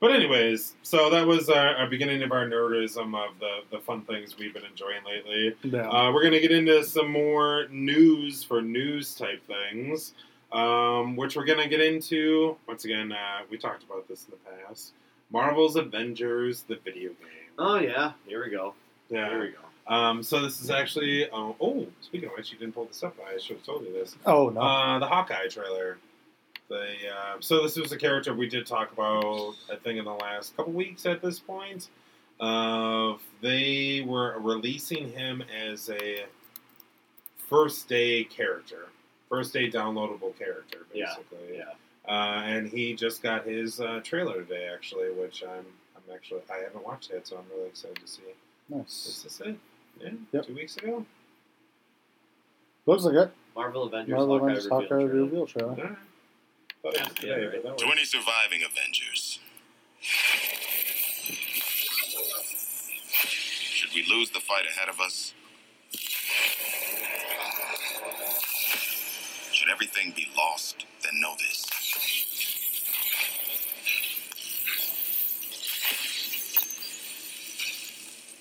S2: but anyways, so that was our, our beginning of our nerdism of the the fun things we've been enjoying lately.
S3: Yeah.
S2: Uh, we're gonna get into some more news for news type things, um, which we're gonna get into once again. Uh, we talked about this in the past. Marvel's Avengers, the video game.
S4: Oh yeah, here we go. Here
S2: yeah.
S4: we go.
S2: Um, so this is actually. Uh, oh, speaking of which, you didn't pull this up. I should have told you this.
S3: oh no.
S2: Uh, the Hawkeye trailer. The um, so this was a character we did talk about. I think in the last couple weeks at this point, of they were releasing him as a first day character, first day downloadable character,
S4: Yeah,
S2: basically.
S4: Yeah.
S2: Uh, and he just got his uh, trailer today, actually, which I'm I'm actually I haven't watched yet, so I'm really excited to see.
S3: nice.
S2: Is this it? Yeah,
S3: Yep.
S2: two weeks ago.
S3: Looks like it.
S4: Marvel Avengers
S3: Marvel
S4: Hawkeye
S3: Avengers
S4: reveal
S3: Hawkeye
S4: trailer.
S3: reveal trailer.
S2: Alright. Thought it was
S4: Yeah,
S2: today, but that
S5: To
S2: was-
S5: any surviving Avengers, should we lose the fight ahead of us? Should everything be lost, then know this.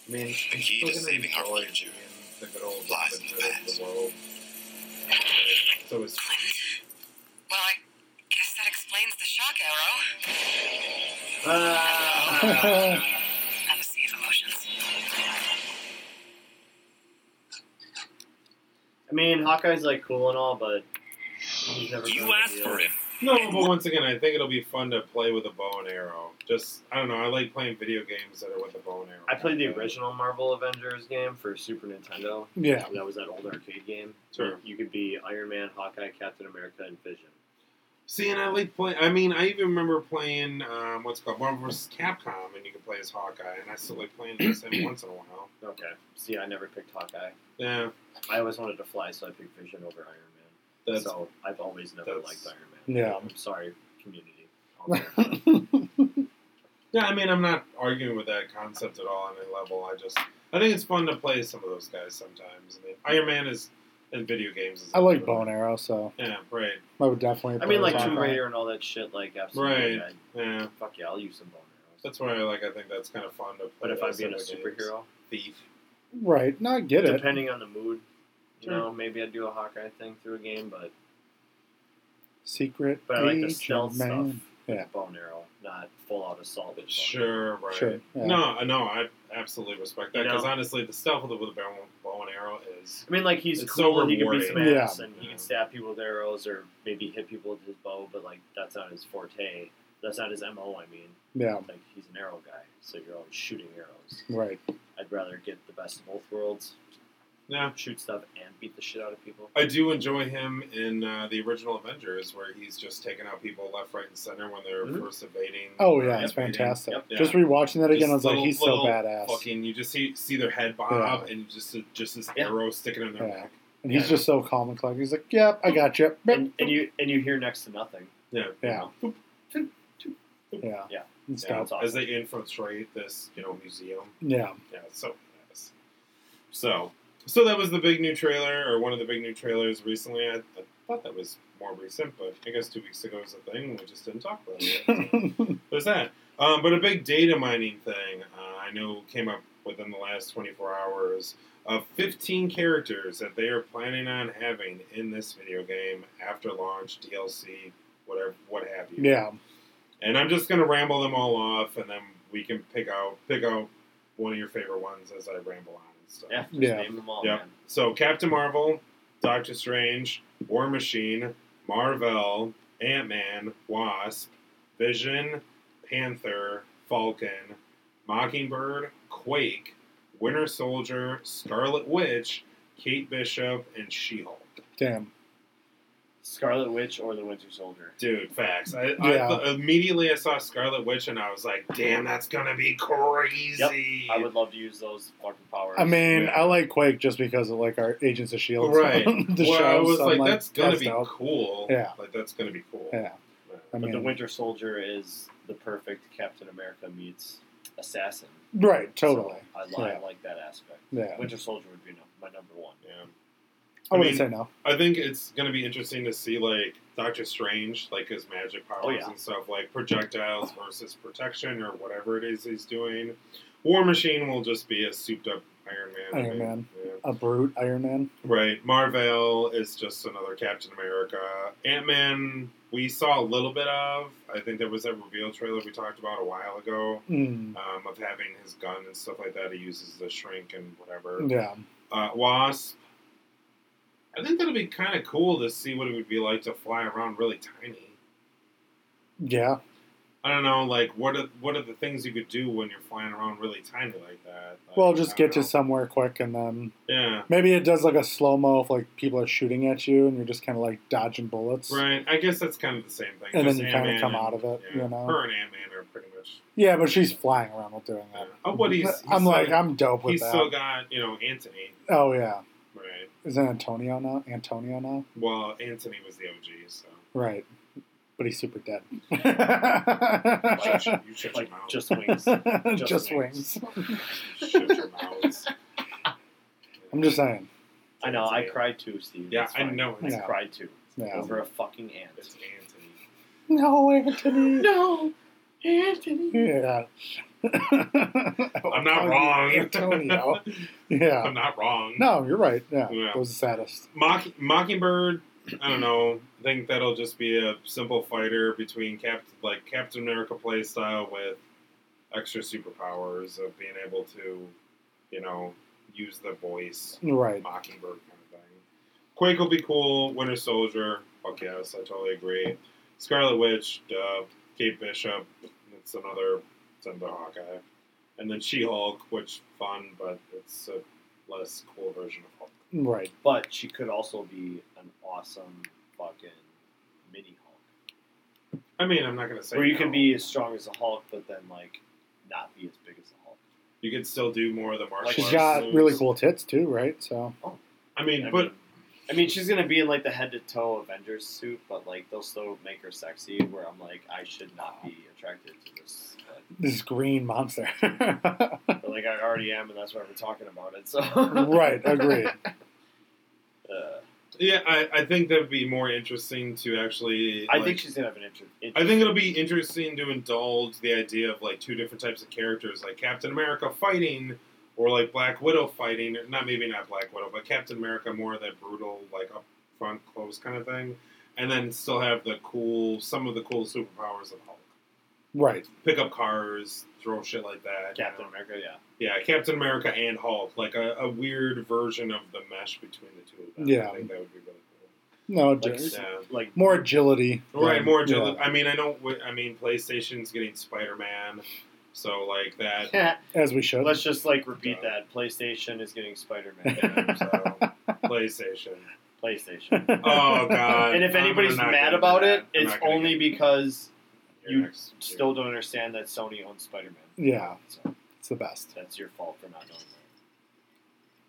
S2: I mean,
S5: The key to saving our future
S2: the good old
S5: lies in the
S2: Avengers
S5: past.
S2: world. So it's
S6: Well, I guess that explains the shock arrow.
S4: Ah!
S6: I'm a sea of emotions.
S4: I mean, Hawkeye's like cool and all, but he's never
S7: You
S4: gonna
S7: asked
S4: be
S7: for
S4: a-
S7: him.
S2: no, but once again, I think it'll be fun to play with a bow and arrow. Just I don't know. I like playing video games that are with a bow and arrow.
S4: I played the original Marvel Avengers game for Super Nintendo.
S3: Yeah.
S4: That was that old arcade game.
S2: Sure.
S4: You could be Iron Man, Hawkeye, Captain America, and Vision.
S2: See, and I like play. I mean, I even remember playing um, what's it called Marvel vs. Capcom, and you can play as Hawkeye, and I still like playing this every once in a while.
S4: Okay. See, I never picked Hawkeye.
S2: Yeah,
S4: I always wanted to fly, so I picked Vision over Iron Man.
S2: that's
S4: so I've always never
S2: that's-
S4: liked Iron Man.
S3: Yeah.
S4: I'm sorry, community.
S2: yeah. I mean, I'm not arguing with that concept at all on any level. I just I think it's fun to play some of those guys sometimes. I mean, Iron Man is in video games. Is
S3: I like bow and arrow, so
S2: Yeah, right.
S3: I would definitely.
S4: I mean, like
S3: put it
S4: Tomb
S3: on.
S4: Raider and all that shit. Like, absolutely.
S2: Right.
S4: I'd-
S2: Yeah.
S4: Fuck yeah, I'll use some bone arrows.
S2: That's why, like, I think that's kind of fun to play.
S4: But if I'm
S2: as
S4: being a
S2: video games.
S4: superhero,
S2: thief.
S3: Right. No, I get it.
S4: depending on the mood, you
S2: Sure.
S4: know, maybe I'd do a Hawkeye thing through a game, but
S3: Secret.
S4: but I like the
S3: Agent
S4: stealth stuff.
S3: man.
S4: with
S3: Yeah.
S4: Bone arrow, not full out assault. with bone
S2: Sure, right.
S3: Sure, yeah.
S2: No, no, I absolutely respect that
S4: You know?
S2: because honestly, the stealth with a with a bow, bow and arrow is
S4: I mean, like he's
S2: It's
S4: cool.
S2: so
S4: he can be
S2: rewarding.
S4: some ass,
S2: Yeah.
S4: and he
S2: Yeah.
S4: can stab people with arrows, or maybe hit people with his bow. But like that's not his forte. That's not his mo. I mean,
S3: Yeah.
S4: like he's an arrow guy, so you're always shooting arrows.
S3: Right.
S4: I'd rather get the best of both worlds:
S2: yeah.
S4: shoot stuff and beat the shit out of people.
S2: I do enjoy him in uh, the original Avengers, where he's just taking out people left, right, and center when they're
S4: Mhm.
S2: first evading.
S3: Mm-hmm. Oh
S2: uh,
S3: yeah, it's
S2: invading.
S3: fantastic.
S4: Yep.
S2: Yeah.
S3: Just rewatching that again,
S2: Just
S3: I was like,
S2: little-
S3: he's so
S2: little
S3: badass,
S2: Fucking, you just see see their head bob, and just just this
S4: Yeah.
S2: arrow sticking in their
S3: Yeah.
S2: back.
S3: and he's just so calm and collected. He's like, "Yep, I got you."
S4: And, and you and you hear next to nothing.
S2: Yeah,
S3: Yeah.
S2: Boop.
S3: yeah.
S4: Yeah.
S3: and
S2: Yeah,
S3: stuff.
S2: as they infiltrate this, you know, museum.
S3: Yeah.
S2: Um, Yeah, it's so badass. So, so that was the big new trailer, or one of the big new trailers recently. I, I thought that was more recent, but I guess two weeks ago was a thing. and We just didn't talk about it. Yet. There's that. Um, but a big data mining thing uh, I know came up within the last 24 hours of 15 characters that they are planning on having in this video game after launch, DLC, whatever, what have you.
S3: yeah.
S2: And I'm just gonna ramble them all off, and then we can pick out pick out one of your favorite ones as I ramble on and stuff.
S4: Yeah, just
S3: Yeah.
S4: name them all,
S2: Yeah.
S4: man.
S2: So Captain Marvel, Doctor Strange, War Machine, Marvel, Ant Man, Wasp, Vision, Panther, Falcon, Mockingbird, Quake, Winter Soldier, Scarlet Witch, Kate Bishop, and She Hulk.
S3: Damn.
S4: Scarlet Witch or the Winter Soldier.
S2: Dude, facts. I,
S3: Yeah.
S2: I immediately I saw Scarlet Witch and I was like, "Damn, that's gonna be crazy."
S4: I would love to use those fucking powers.
S3: I mean,
S2: Yeah.
S3: I like Quake just because of like our Agents of Shield.
S2: right.
S3: E the
S2: well, I
S3: show,
S2: was
S3: so I'm
S2: like, "That's gonna
S3: passed
S2: be
S3: out.
S2: cool."
S3: Yeah.
S2: like that's gonna be cool.
S3: Yeah. I
S4: but
S3: mean,
S4: the Winter Soldier is the perfect Captain America meets assassin.
S3: right? Totally.
S4: So I, li-
S3: Yeah.
S4: I like that aspect.
S3: Yeah.
S4: Winter Soldier would be num- my number one.
S2: yeah.
S3: I
S2: I
S3: wouldn't
S2: mean-
S3: say no.
S2: I think it's gonna be interesting to see like Doctor Strange, like his magic powers
S4: Oh, yeah.
S2: and stuff, like projectiles versus protection or whatever it is he's doing. War Machine will just be a souped up Iron Man. I
S3: Iron
S2: mean,
S3: Man.
S2: yeah.
S3: A brute Iron Man.
S2: Right. Marvel is just another Captain America. Ant Man, we saw a little bit of. I think there was that reveal trailer we talked about a while ago
S3: Mm.
S2: um, of having his gun and stuff like that. He uses the shrink and whatever.
S3: Yeah.
S2: Uh, Wasp. I think that'd be kind of cool to see what it would be like to fly around really tiny.
S3: Yeah.
S2: I don't know, like what are what are the things you could do when you're flying around really tiny like that? Like,
S3: Well,
S2: I
S3: just get
S2: don't
S3: to somewhere quick, and then
S2: know. yeah,
S3: maybe it does like a slow mo if like people are shooting at you, and you're just kind of like dodging bullets.
S2: right. I guess that's kind of the same thing.
S3: And
S2: just
S3: then you kind
S2: Ant-Man
S3: of come
S2: and-
S3: out of it,
S2: yeah,
S3: you know.
S2: her and Ant Man are pretty much
S3: Yeah, but she's flying around while doing that.
S2: Oh, but he's, he's
S3: I'm
S2: still-
S3: like, I'm dope with
S2: he's
S3: that.
S2: still got you know Anthony,
S3: oh yeah,
S2: right?
S3: is it Antonio now? Antonio now?
S2: Well, Anthony was the OG, so
S3: Right, but he's super dead.
S2: Shut your- you shut
S4: Like
S2: your mouth.
S4: just wings.
S3: just,
S4: Just
S3: wings.
S2: You shut your mouths.
S3: I'm just saying.
S4: I know. I
S2: Yeah.
S4: cried too, Steve.
S2: Yeah,
S4: It's
S2: I
S4: fine.
S2: know.
S4: I
S2: It's,
S3: Yeah.
S4: cried too
S3: Yeah.
S4: over a fucking ant.
S2: it's Anthony.
S3: No, Anthony.
S4: No, Anthony.
S3: Yeah.
S2: I'm not wrong.
S3: Antonio. Yeah.
S2: I'm not wrong.
S3: No, you're right. Yeah,
S2: Yeah.
S3: that was the saddest.
S2: Mock, Mockingbird. I don't know. I think that'll just be a simple fighter between Cap, like Captain America play style with extra superpowers of being able to, you know, use the voice
S3: Right.
S2: Mockingbird kind of thing. Quake will be cool. Winter Soldier, fuck yes, I totally agree. Scarlet Witch, duh. Kate Bishop, it's another, it's another Hawkeye. And then She Hulk, which fun, but it's a less cool version of Hulk.
S3: Right.
S4: But she could also be an awesome fucking mini Hulk,
S2: I mean, I'm not gonna say
S4: where you
S2: no.
S4: can be as strong as a Hulk, but then like not be as big as a Hulk.
S2: you could still do more of the martial.
S3: She's
S2: arts
S3: got
S2: moves.
S3: really cool tits too, right? So
S2: I mean,
S4: I
S2: but
S4: mean, I mean, she's gonna be in like the head to toe Avengers suit, but like they'll still make her sexy. Where I'm like, I should not be attracted to this.
S3: this green monster.
S4: But like I already am, and that's why we're talking about it. So
S3: right. Agreed.
S4: Uh,
S2: yeah, I, I think that'd be more interesting to actually.
S4: I
S2: like,
S4: think she's gonna have an interest.
S2: I think it'll be interesting to indulge the idea of like two different types of characters, like Captain America fighting, or like Black Widow fighting. Not maybe not Black Widow, but Captain America more of that brutal, like up front, close kind of thing, and then still have the cool, some of the cool superpowers of Hulk.
S3: Right.
S2: Pick up cars, throw shit like that. you
S4: Captain
S2: know?
S4: America. Yeah.
S2: yeah, Captain America and Hulk, like a, a weird version of the mesh between the two of them.
S3: Yeah.
S2: I think that would be really
S3: No, it
S4: Like
S3: does.
S2: cool. Yeah.
S4: Like
S3: more agility.
S2: Right,
S3: than-
S2: more agility. I mean, I know. wi- I mean, PlayStation's getting Spider Man, so like that.
S3: yeah, as we should.
S4: Let's just like repeat that. PlayStation is getting Spider Man.
S2: yeah, so, PlayStation.
S4: PlayStation.
S2: Oh God!
S4: And if
S2: I'm
S4: anybody's
S2: not gonna
S4: mad
S2: do
S4: about
S2: that.
S4: it,
S2: I'm
S4: it's
S2: not gonna
S4: only
S2: get
S4: because
S2: here
S4: you
S2: next year.
S4: still don't understand that Sony owns Spider Man.
S3: Yeah,
S4: So
S3: it's the best.
S4: that's your fault for not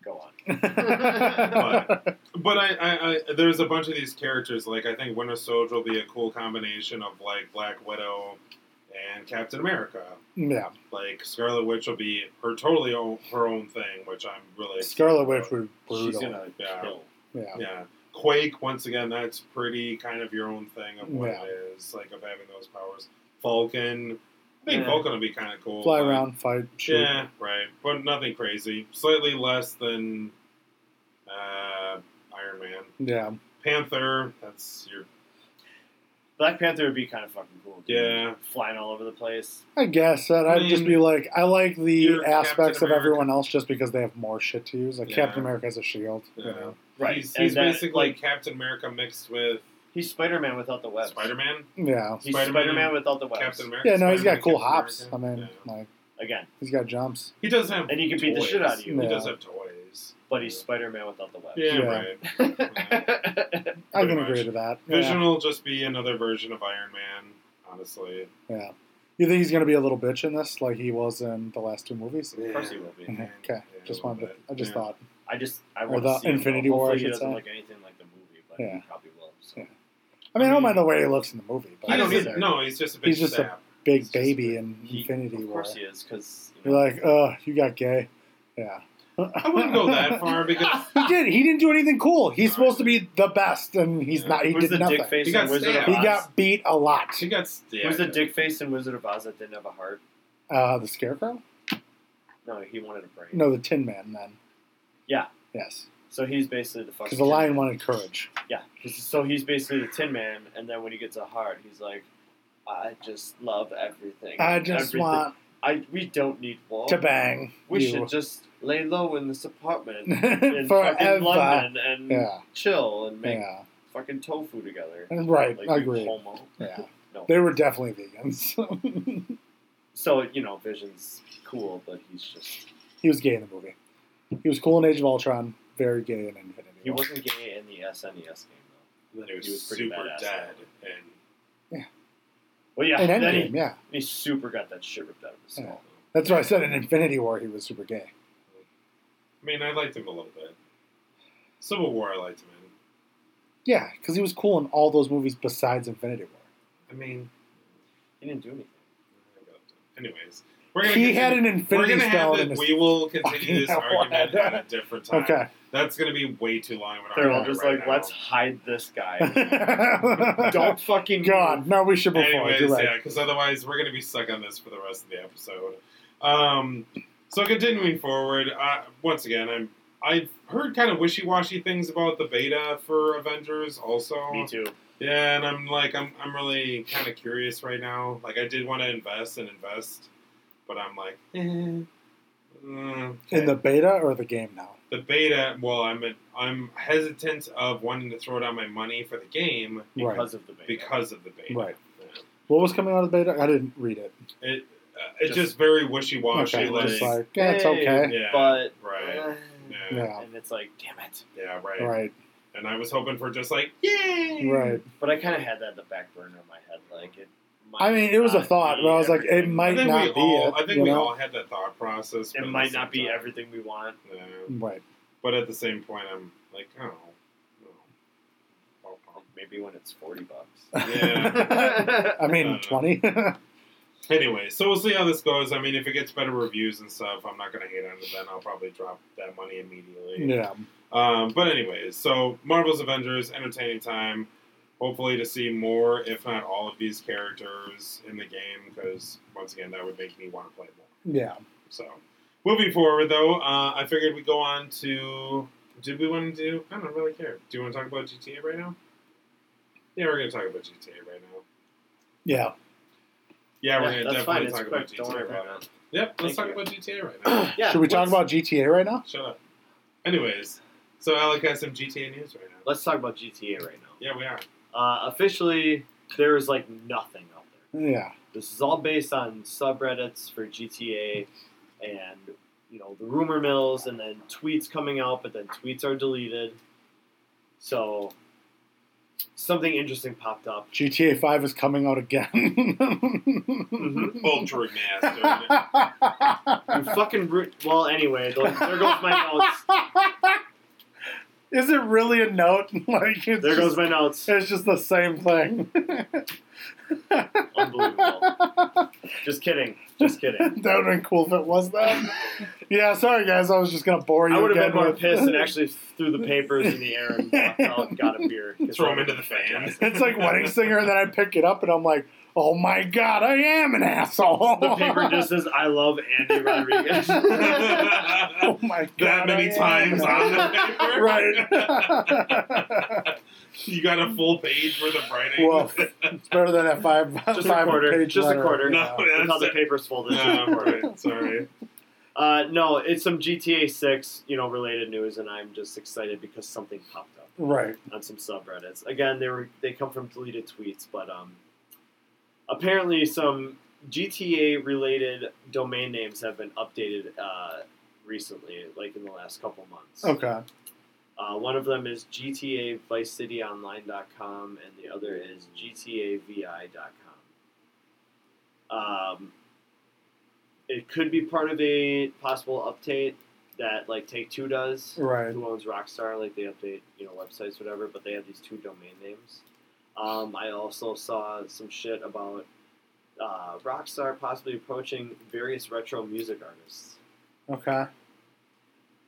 S4: knowing that. Go on.
S3: right.
S2: But I, I, I, there's a bunch of these characters. Like I think Winter Soldier will be a cool combination of like Black Widow and Captain America.
S3: Yeah,
S2: Like Scarlet Witch will be her totally own, her own thing, which I'm really
S3: Scarlet Witch was
S4: She's
S3: brutal.
S4: gonna
S2: Yeah.
S4: kill.
S3: yeah.
S2: Yeah. Quake, once again, that's pretty kind of your own thing of what
S3: Yeah.
S2: it is, like of having those powers. Falcon. I think
S4: Yeah.
S2: Falcon would be kind of cool.
S3: fly
S2: but-
S3: around, fight, shoot.
S2: Yeah, right. But nothing crazy. Slightly less than uh, Iron Man.
S3: yeah.
S2: Panther, that's your.
S4: Black Panther would be kind of fucking cool. dude.
S2: Yeah.
S3: Mm.
S4: flying all over the place.
S3: I guess that
S2: I
S3: I'd just
S2: mean,
S3: be like, I like the
S2: you're
S3: aspects
S2: Captain
S3: of everyone else just because they have more shit to use. Like
S2: Yeah.
S3: Captain America has a shield. you
S2: Yeah.
S3: know?
S4: Right.
S2: He's,
S4: and
S2: he's
S4: that,
S2: basically
S4: like
S2: Captain America mixed with
S4: he's Spider Man without the webs.
S2: Spider Man.
S3: Yeah.
S4: He's
S2: Spider-Man,
S4: Spider Man without the webs.
S2: Captain America.
S3: Yeah, no, he's got
S2: Spider-Man,
S3: cool
S2: Captain
S3: hops.
S2: America.
S3: I mean,
S2: Yeah.
S3: like
S4: Again,
S3: he's got jumps.
S2: he does have.
S4: And he can beat the
S2: toys.
S4: shit out of you.
S2: He does
S3: Yeah.
S2: have toys.
S4: but he's Spider Man without the webs.
S2: Yeah,
S3: Yeah.
S2: right. Yeah.
S3: I
S2: Pretty
S3: can
S2: much.
S3: agree to that.
S2: Vision
S3: Yeah.
S2: will just be another version of Iron Man, honestly.
S3: yeah. You think he's gonna be a little bitch in this, like he was in the last two movies?
S2: Of course he will be.
S3: Okay.
S2: Yeah,
S3: Just
S2: a little
S3: wanted. To,
S2: bit.
S3: I just
S2: Yeah.
S3: thought.
S4: I just I
S3: Or
S4: want
S3: the
S4: to see him,
S3: Infinity
S4: though.
S3: War, I
S4: Hopefully
S3: should
S4: he doesn't
S3: say.
S4: look anything like the movie, but
S3: Yeah.
S4: he probably will. So.
S3: Yeah. I mean, I don't
S2: I mean-
S3: mind the way he looks in the movie, but
S2: I don't
S3: he's
S2: need,
S3: a
S2: no, he's just a big
S3: He's just a
S2: sap.
S3: big
S2: He's just
S3: baby in
S4: He-
S3: Infinity
S4: of
S3: War.
S4: course he is, because you
S3: You're
S4: know,
S3: like, oh, you got gay. Yeah.
S2: I wouldn't go that far because
S3: He did. He didn't do anything cool. He's
S2: No,
S3: supposed to be the best, and he's
S2: Yeah.
S3: not. "Uh, He
S4: who's
S3: did
S4: the
S3: nothing.
S4: dick face
S2: He got
S4: in Wizard of
S2: stabbed.
S3: he
S4: Oz?
S3: got beat a lot.
S2: he got. Yeah,
S4: Who's the dick face in Wizard of Oz that didn't have a heart?
S3: Uh, the Scarecrow?
S4: No, he wanted a brain.
S3: No, the Tin Man. Then.
S4: Yeah.
S3: Yes,
S4: So he's basically the fucking.
S3: because the
S4: Tin
S3: lion
S4: Man.
S3: wanted courage.
S4: Yeah. 'cause- So he's basically the Tin Man, and then when he gets a heart, he's like, I just love everything.
S3: I just
S4: Everything-
S3: want
S4: I we don't need war.
S3: to bang.
S4: We
S3: you.
S4: should just lay low in this apartment in
S3: forever.
S4: fucking London and
S3: Yeah.
S4: chill and make
S3: Yeah.
S4: fucking tofu together.
S3: Right.
S4: Like,
S3: I
S4: you
S3: agree.
S4: Homo.
S3: Yeah.
S4: No.
S3: They were definitely vegans.
S4: So you know, Vision's cool, but he's just
S3: he was gay in the movie. He was cool in Age of Ultron. Very gay in Infinity.
S4: he
S3: War.
S4: wasn't gay in the SNES game though.
S2: Then he was,
S4: He was pretty
S2: super
S4: badass.
S2: dead, and
S4: Well, yeah,
S3: in
S4: then
S3: Endgame.
S4: he,
S3: Yeah.
S4: he super got that shit ripped out of his
S3: Yeah.
S4: skull.
S3: That's why I said in Infinity War he was super gay.
S2: I mean, I liked him a little bit. Civil War, I liked him in.
S3: Yeah, because he was cool in all those movies besides Infinity War.
S2: I mean,
S4: He didn't do anything.
S2: anyways, we're gonna
S3: he
S2: continue-
S3: had an
S2: We're
S3: Infinity
S2: gonna have
S3: Stone in
S2: it.
S3: his.
S2: We will continue this
S3: fucking
S2: argument
S3: head.
S2: at a different time.
S3: Okay.
S2: That's going to be way too long. of an
S4: They're all
S2: argument
S4: just
S2: right
S4: like,
S2: now.
S4: let's hide this guy.
S3: Don't.
S4: Don't fucking
S3: God, no, we should before.
S2: Anyways,
S3: You're right.
S2: yeah, because otherwise we're going to be stuck on this for the rest of the episode. Um, so continuing forward, uh, once again, I'm I've heard kind of wishy-washy things about the beta for Avengers. Also,
S4: Me too.
S2: yeah, and I'm like, I'm I'm really kind of curious right now. Like, I did want to invest and invest, but I'm like, eh. Mm,
S3: In the beta or the game now?
S2: the beta. Well, I'm I'm hesitant of wanting to throw down my money for the game
S3: Right.
S4: Because of the baby.
S2: because of the beta.
S3: Right. What was coming out of the beta? I didn't read it.
S2: It, uh, it's
S4: Just-
S2: just very wishy washy.
S3: okay,
S2: like,
S3: just like yeah, it's
S4: hey,
S3: okay.
S2: yeah,
S4: But eh, uh,
S2: right. Yeah, yeah,
S3: Yeah,
S4: and it's like, damn it.
S2: right.
S3: right,
S2: And I was hoping for just like, yay!
S3: right.
S4: But I kind of had that in the back burner in my head, like it. might
S3: I mean, it was a
S4: not
S3: thought,
S4: be
S3: but I was like, it
S4: everything-
S2: I
S3: might
S2: think
S3: not
S2: we
S3: be
S2: all,
S3: it.
S2: I think
S3: you
S2: we
S3: know?
S2: all had that thought process. but
S4: It
S2: at
S4: might
S2: the
S4: not
S2: same
S4: be
S2: time-
S4: everything we want.
S2: Yeah.
S3: Right.
S2: But at the same point, I'm like, oh.
S4: Like, Maybe when it's forty bucks.
S2: no. Yeah.
S3: I mean,
S2: Uh,
S3: twenty.
S2: Anyway, so we'll see how this goes. I mean, if it gets better reviews and stuff, I'm not going to hate on it. Then I'll probably drop that money immediately.
S3: yeah,
S2: Um, but anyways, so Marvel's Avengers, entertaining time. Hopefully to see more, if not all of these characters in the game, because once again, that would make me want to play more.
S3: yeah.
S2: So moving forward, though, uh, I figured we go on to. Did we want to do? I don't really care. Do you want to talk about GTA right now? Yeah, we're gonna talk about GTA right now.
S3: Yeah,
S2: Yeah, we're
S4: Yeah,
S2: gonna
S4: that's fine.
S2: definitely
S4: It's
S2: talk about
S4: quick. Don't worry
S2: GTA right now.
S4: about it.
S2: Yep, let's talk
S4: Thank you.
S2: about GTA right now.
S4: Yeah.
S3: Should we talk
S4: let's-
S3: about GTA right now?
S2: Shut up. Anyways, so Alec has some GTA news right now.
S4: Let's talk about GTA right now.
S2: Yeah, we are.
S4: Uh, officially, there is like nothing out there.
S3: Yeah,
S4: This is all based on subreddits for GTA and you know the rumor mills and then tweets coming out, but then tweets are deleted. So something interesting popped up.
S3: GTA Five is coming out again.
S4: Mhm.
S2: Ultra remastered.
S4: you fucking ru- well. Anyway, th- there goes my notes.
S3: Is it really a note? like it's
S4: There goes
S3: just,
S4: my notes.
S3: It's just the same thing.
S4: Unbelievable. Just kidding. Just kidding.
S3: that would have been cool if it was that. yeah, sorry guys, I was just gonna bore you.
S4: I would have
S3: again
S4: been more
S3: with-
S4: pissed and actually threw the papers in the air and walked out and got a beer.
S2: Throw him into the fan.
S3: it's like wedding singer, and then I pick it up and I'm like, oh my god, I am an asshole.
S4: The paper just says, "I love Andy Rodriguez." That's
S3: oh my god,
S2: that many
S3: I am
S2: times
S3: an
S2: on the
S3: asshole.
S2: paper.
S3: right.
S2: you got a full page worth of writing.
S3: well, it's better than that five
S4: Just a
S3: five
S4: quarter,
S3: page
S4: just a
S3: letter.
S4: quarter.
S3: Yeah.
S2: No,
S4: how the
S2: it.
S4: papers folded.
S2: no, Oh, right, sorry.
S4: Uh, no, it's some GTA Six, you know, related news, and I'm just excited because something popped up
S3: Right.
S4: on some subreddits. Again, they were they come from deleted tweets, but um, apparently some GTA related domain names have been updated uh, recently, like in the last couple months.
S3: Okay.
S4: Uh, one of them is GTA Vice City Online.com, and the other is GTAVI.com. Um, it could be part of a possible update that like Take Two does.
S3: Right.
S4: Who owns Rockstar? Like they update you know websites, whatever. But they have these two domain names. Um, I also saw some shit about uh, Rockstar possibly approaching various retro music artists,
S3: Okay.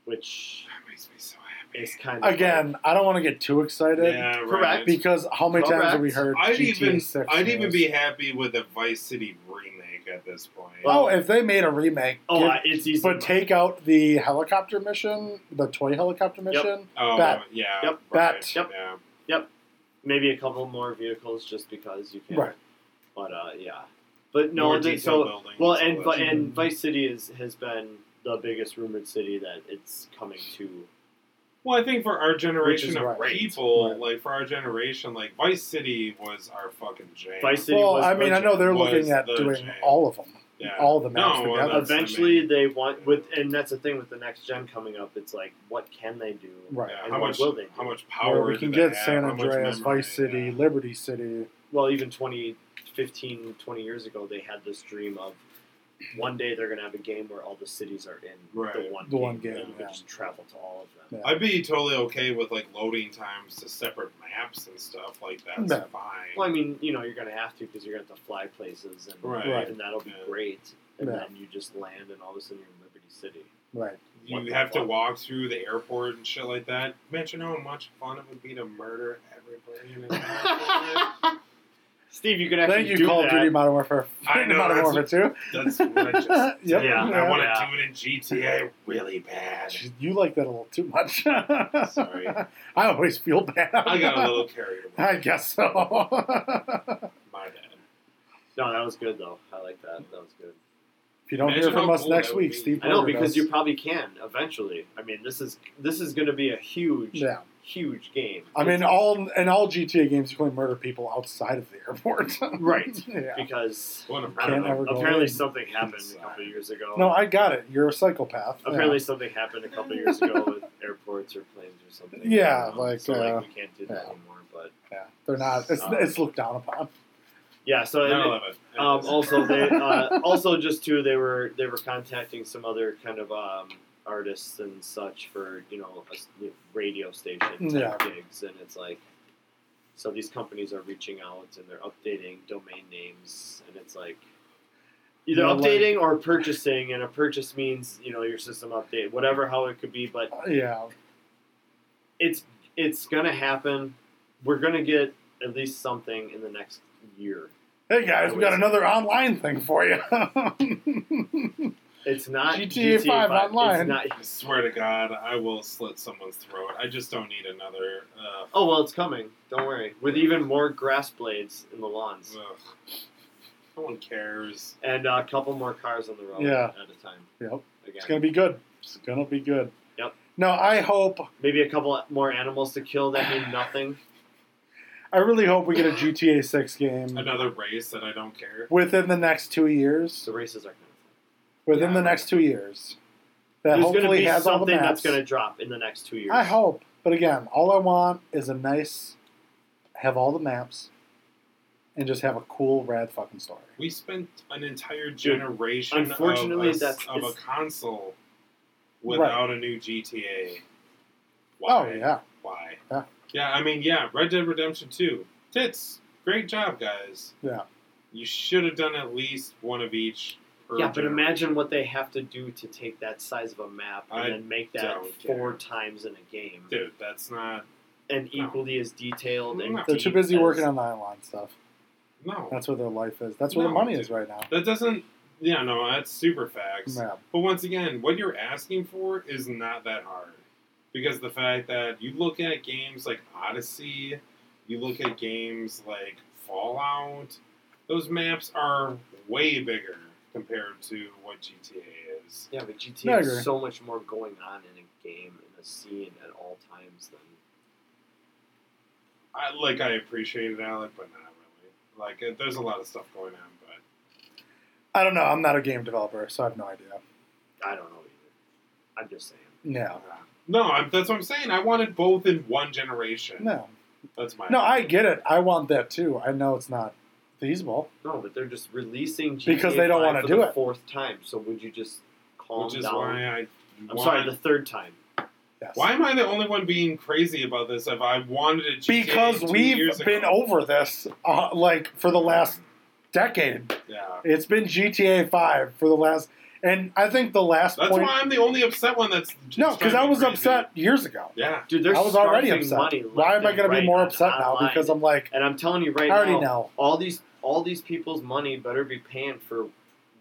S4: which
S2: That makes me so happy.
S4: is kind of
S3: Again, I don't want to get too excited
S2: Yeah, right.
S4: Correct.
S3: because how many times have we heard
S4: Correct.
S2: I'd
S3: GTA
S2: even
S3: 6
S2: I'd even
S3: news?
S2: be happy with a Vice City remake at this point.
S3: Oh, if they made a remake,
S4: Oh,
S3: give-
S4: I- it's easy.
S3: but take out the helicopter mission, the toy helicopter mission.
S2: oh
S3: bet.
S2: yeah,
S4: Yep.
S2: right,
S3: Bet.
S4: Yep.
S2: Yeah.
S4: maybe a couple more vehicles just because you can.
S3: Right.
S4: But uh, yeah. But no,
S2: More
S4: they,
S2: detail
S4: so
S2: building,
S4: well,
S2: so
S4: and
S2: that's-
S4: Vi- and Vice City is has been the biggest rumored city that it's coming to.
S2: Well, I think for our generation
S3: is
S2: of
S3: right.
S2: people,
S3: Right.
S2: like for our generation, like Vice City was our fucking jam.
S4: Vice City
S3: Well,
S4: was.
S3: I mean, I know they're
S2: was
S3: looking at
S2: the
S3: doing
S2: jam.
S3: all of them,
S2: yeah.
S3: all the maps
S2: No, well,
S3: together.
S2: that's-
S4: Eventually,
S2: I mean-
S4: they want with, and that's the thing with the next gen coming up. It's like, what can they do?
S2: Yeah,
S3: right.
S4: And
S2: how
S4: what
S2: much?
S4: will they do?
S2: How much
S3: Where
S2: power?
S3: we can
S2: do they
S3: get
S2: have,
S3: San
S2: how much
S3: Andreas,
S2: memory,
S3: Vice City,
S2: yeah.
S3: Liberty City.
S4: Well, even 20, 15, 20 years ago, they had this dream of one day they're going to have a game where all the cities are in the
S2: Right.
S4: one
S3: The
S4: game,
S3: one game,
S4: and you
S3: yeah.
S4: can just travel to all of them.
S3: Yeah.
S2: I'd be totally okay with like loading times to separate maps and stuff like that's
S3: No.
S2: fine.
S4: Well, I mean, you know, you're going to have to because you're going to have to fly places, and,
S2: Right.
S3: Right.
S4: and that'll be
S2: Yeah.
S4: great. And
S3: Yeah.
S4: then you just land, and all of a sudden you're in Liberty City.
S3: Right.
S2: you have to walk through the airport and shit like that. Imagine how much fun it would be to murder everybody in an airport.
S4: Steve, you could actually
S3: Thank you,
S4: do
S3: Call of
S4: that.
S3: Duty Modern Warfare.
S2: I know,
S3: Modern
S2: that's-
S3: Warfare Two.
S2: That's what I just
S3: Yep.
S2: did. and
S4: Yeah.
S2: I want to
S4: Yeah.
S2: do it in GTA really bad.
S3: You like that a little too much.
S2: Sorry.
S3: I always feel bad.
S2: I got a little carried away.
S3: I guess so.
S2: My bad.
S4: No, that was good though. I like that. That was good.
S3: If you don't
S2: Imagine
S3: hear from
S2: how
S3: us
S2: cool
S3: next
S2: that would
S3: week,
S2: be.
S3: Steve.
S4: I know
S3: ordered
S4: because
S3: us.
S4: you probably can eventually. I mean, this is this is going to be a huge,
S3: Yeah,
S4: huge game.
S3: I mean, all in all GTA games, you can only murder people outside of the airport.
S4: right?
S3: yeah.
S4: Because
S2: What a
S3: I Can't
S2: murder.
S3: ever go
S4: apparently
S3: in.
S4: something happened a
S2: Sorry.
S4: couple years ago.
S3: No, I got it. You're a psychopath. Yeah.
S4: apparently something happened a couple years ago with airports or planes or something.
S3: Yeah,
S4: I don't know.
S3: like,
S4: so
S3: uh,
S4: like we can't do that
S3: yeah.
S4: anymore. But
S3: Yeah, they're not. It's,
S4: Uh,
S3: it's looked down upon.
S4: yeah, so and-
S2: 9/11.
S4: Um, also, they uh, also just too they were they were contacting some other kind of um, artists and such for you know a s- radio station
S3: Yeah.
S4: type gigs, and it's like so these companies are reaching out and they're updating domain names, and it's like either
S3: You know, like-
S4: updating or purchasing, and a purchase means you know your system update, whatever how it could be, but
S3: Yeah,
S4: it's it's gonna happen. We're gonna get at least something in the next year.
S3: Hey guys, we got another online thing for you.
S4: It's not
S3: GTA
S4: GTA,
S3: five
S4: 5
S3: online.
S4: It's not,
S2: I swear to God, I will slit someone's throat. I just don't need another. Uh,
S4: Oh well, it's coming. Don't worry. With even more grass blades in the lawns
S2: ugh. No one cares.
S4: and uh, a couple more cars on the road
S3: Yeah.
S4: at a time.
S3: yep,
S4: Again,
S3: it's gonna be good. It's gonna be good.
S4: Yep.
S3: No, I hope.
S4: maybe a couple more animals to kill that mean nothing.
S3: I really hope we get a GTA Six game
S2: Another race that I don't care.
S3: within the next two years.
S4: So races are kind
S3: Within
S2: Yeah.
S3: the next two years, that
S4: of fun. There's going to
S3: hopefully
S4: be
S3: has all the
S4: something
S3: maps.
S4: that's going to drop in the next two years.
S3: I hope, but again, all I want is a nice, have all the maps, and just have a cool, rad fucking story.
S2: We spent an entire generation
S4: unfortunately,
S2: of, a,
S4: that's-
S2: of a
S4: it's-
S2: console without a new GTA. Why?
S3: Oh yeah,
S2: Why?
S3: Yeah.
S2: I mean, yeah, Red Dead Redemption 2. Tits. Great job, guys.
S3: Yeah.
S2: You should have done at least one of each. per
S4: Yeah, but
S2: generation.
S4: imagine what they have to do to take that size of a map and
S2: I
S4: then make that
S2: don't
S4: four
S2: care.
S4: times in a game
S2: Dude, that's not.
S4: and
S2: no.
S4: equally as detailed. And
S2: No.
S3: They're too
S4: deep
S3: busy
S4: as-
S3: working on the Eidolon stuff.
S2: No.
S3: That's where their life is. That's where
S2: No,
S3: their money
S2: dude.
S3: is right now.
S2: that doesn't. Yeah, no, that's super facts.
S3: Yeah.
S2: But once again, what you're asking for is not that hard. Because the fact that you look at games like Odyssey, you look at games like Fallout, those maps are way bigger compared to what GTA is.
S4: Yeah, but GTA
S3: No, I agree.
S4: has so much more going on in a game in a scene at all times than
S2: I like I appreciate it, Alec, but not really. Like it- there's a lot of stuff going on, but
S3: I don't know. I'm not a game developer, so I have no idea.
S4: I don't know either. I'm just saying.
S3: No,
S2: uh, no, I'm, that's what I'm saying. I wanted both in one generation.
S3: no,
S2: That's my
S3: no. I get it. I want that too. I know it's not feasible.
S4: No, but they're just releasing GTA
S3: Because they don't
S4: five
S3: wanna
S4: for
S3: do
S4: the
S3: it.
S4: fourth time. So would you just calm
S2: which is
S4: down?
S2: why I.
S4: I'm
S2: want-
S4: sorry, the third time.
S3: Yes.
S2: Why am I the only one being crazy about this? If I wanted it GTA
S3: Because
S2: two
S3: we've
S2: years
S3: been
S2: ago.
S3: over this uh, like for the last decade.
S2: Yeah,
S3: It's been GTA Five for the last, and I think the last
S2: that's
S3: point.
S2: why I'm the only upset one. That's just
S3: no, because I
S2: driving
S3: was
S2: crazy.
S3: upset years ago.
S2: Yeah,
S4: Dude, they're
S3: I was already
S4: scarfing
S3: upset.
S4: Money
S3: Why am I going to be more upset now? Because I'm like,
S4: and I'm telling you
S3: I
S4: right
S3: already
S4: now,
S3: know.
S4: all these all these people's money better be paying for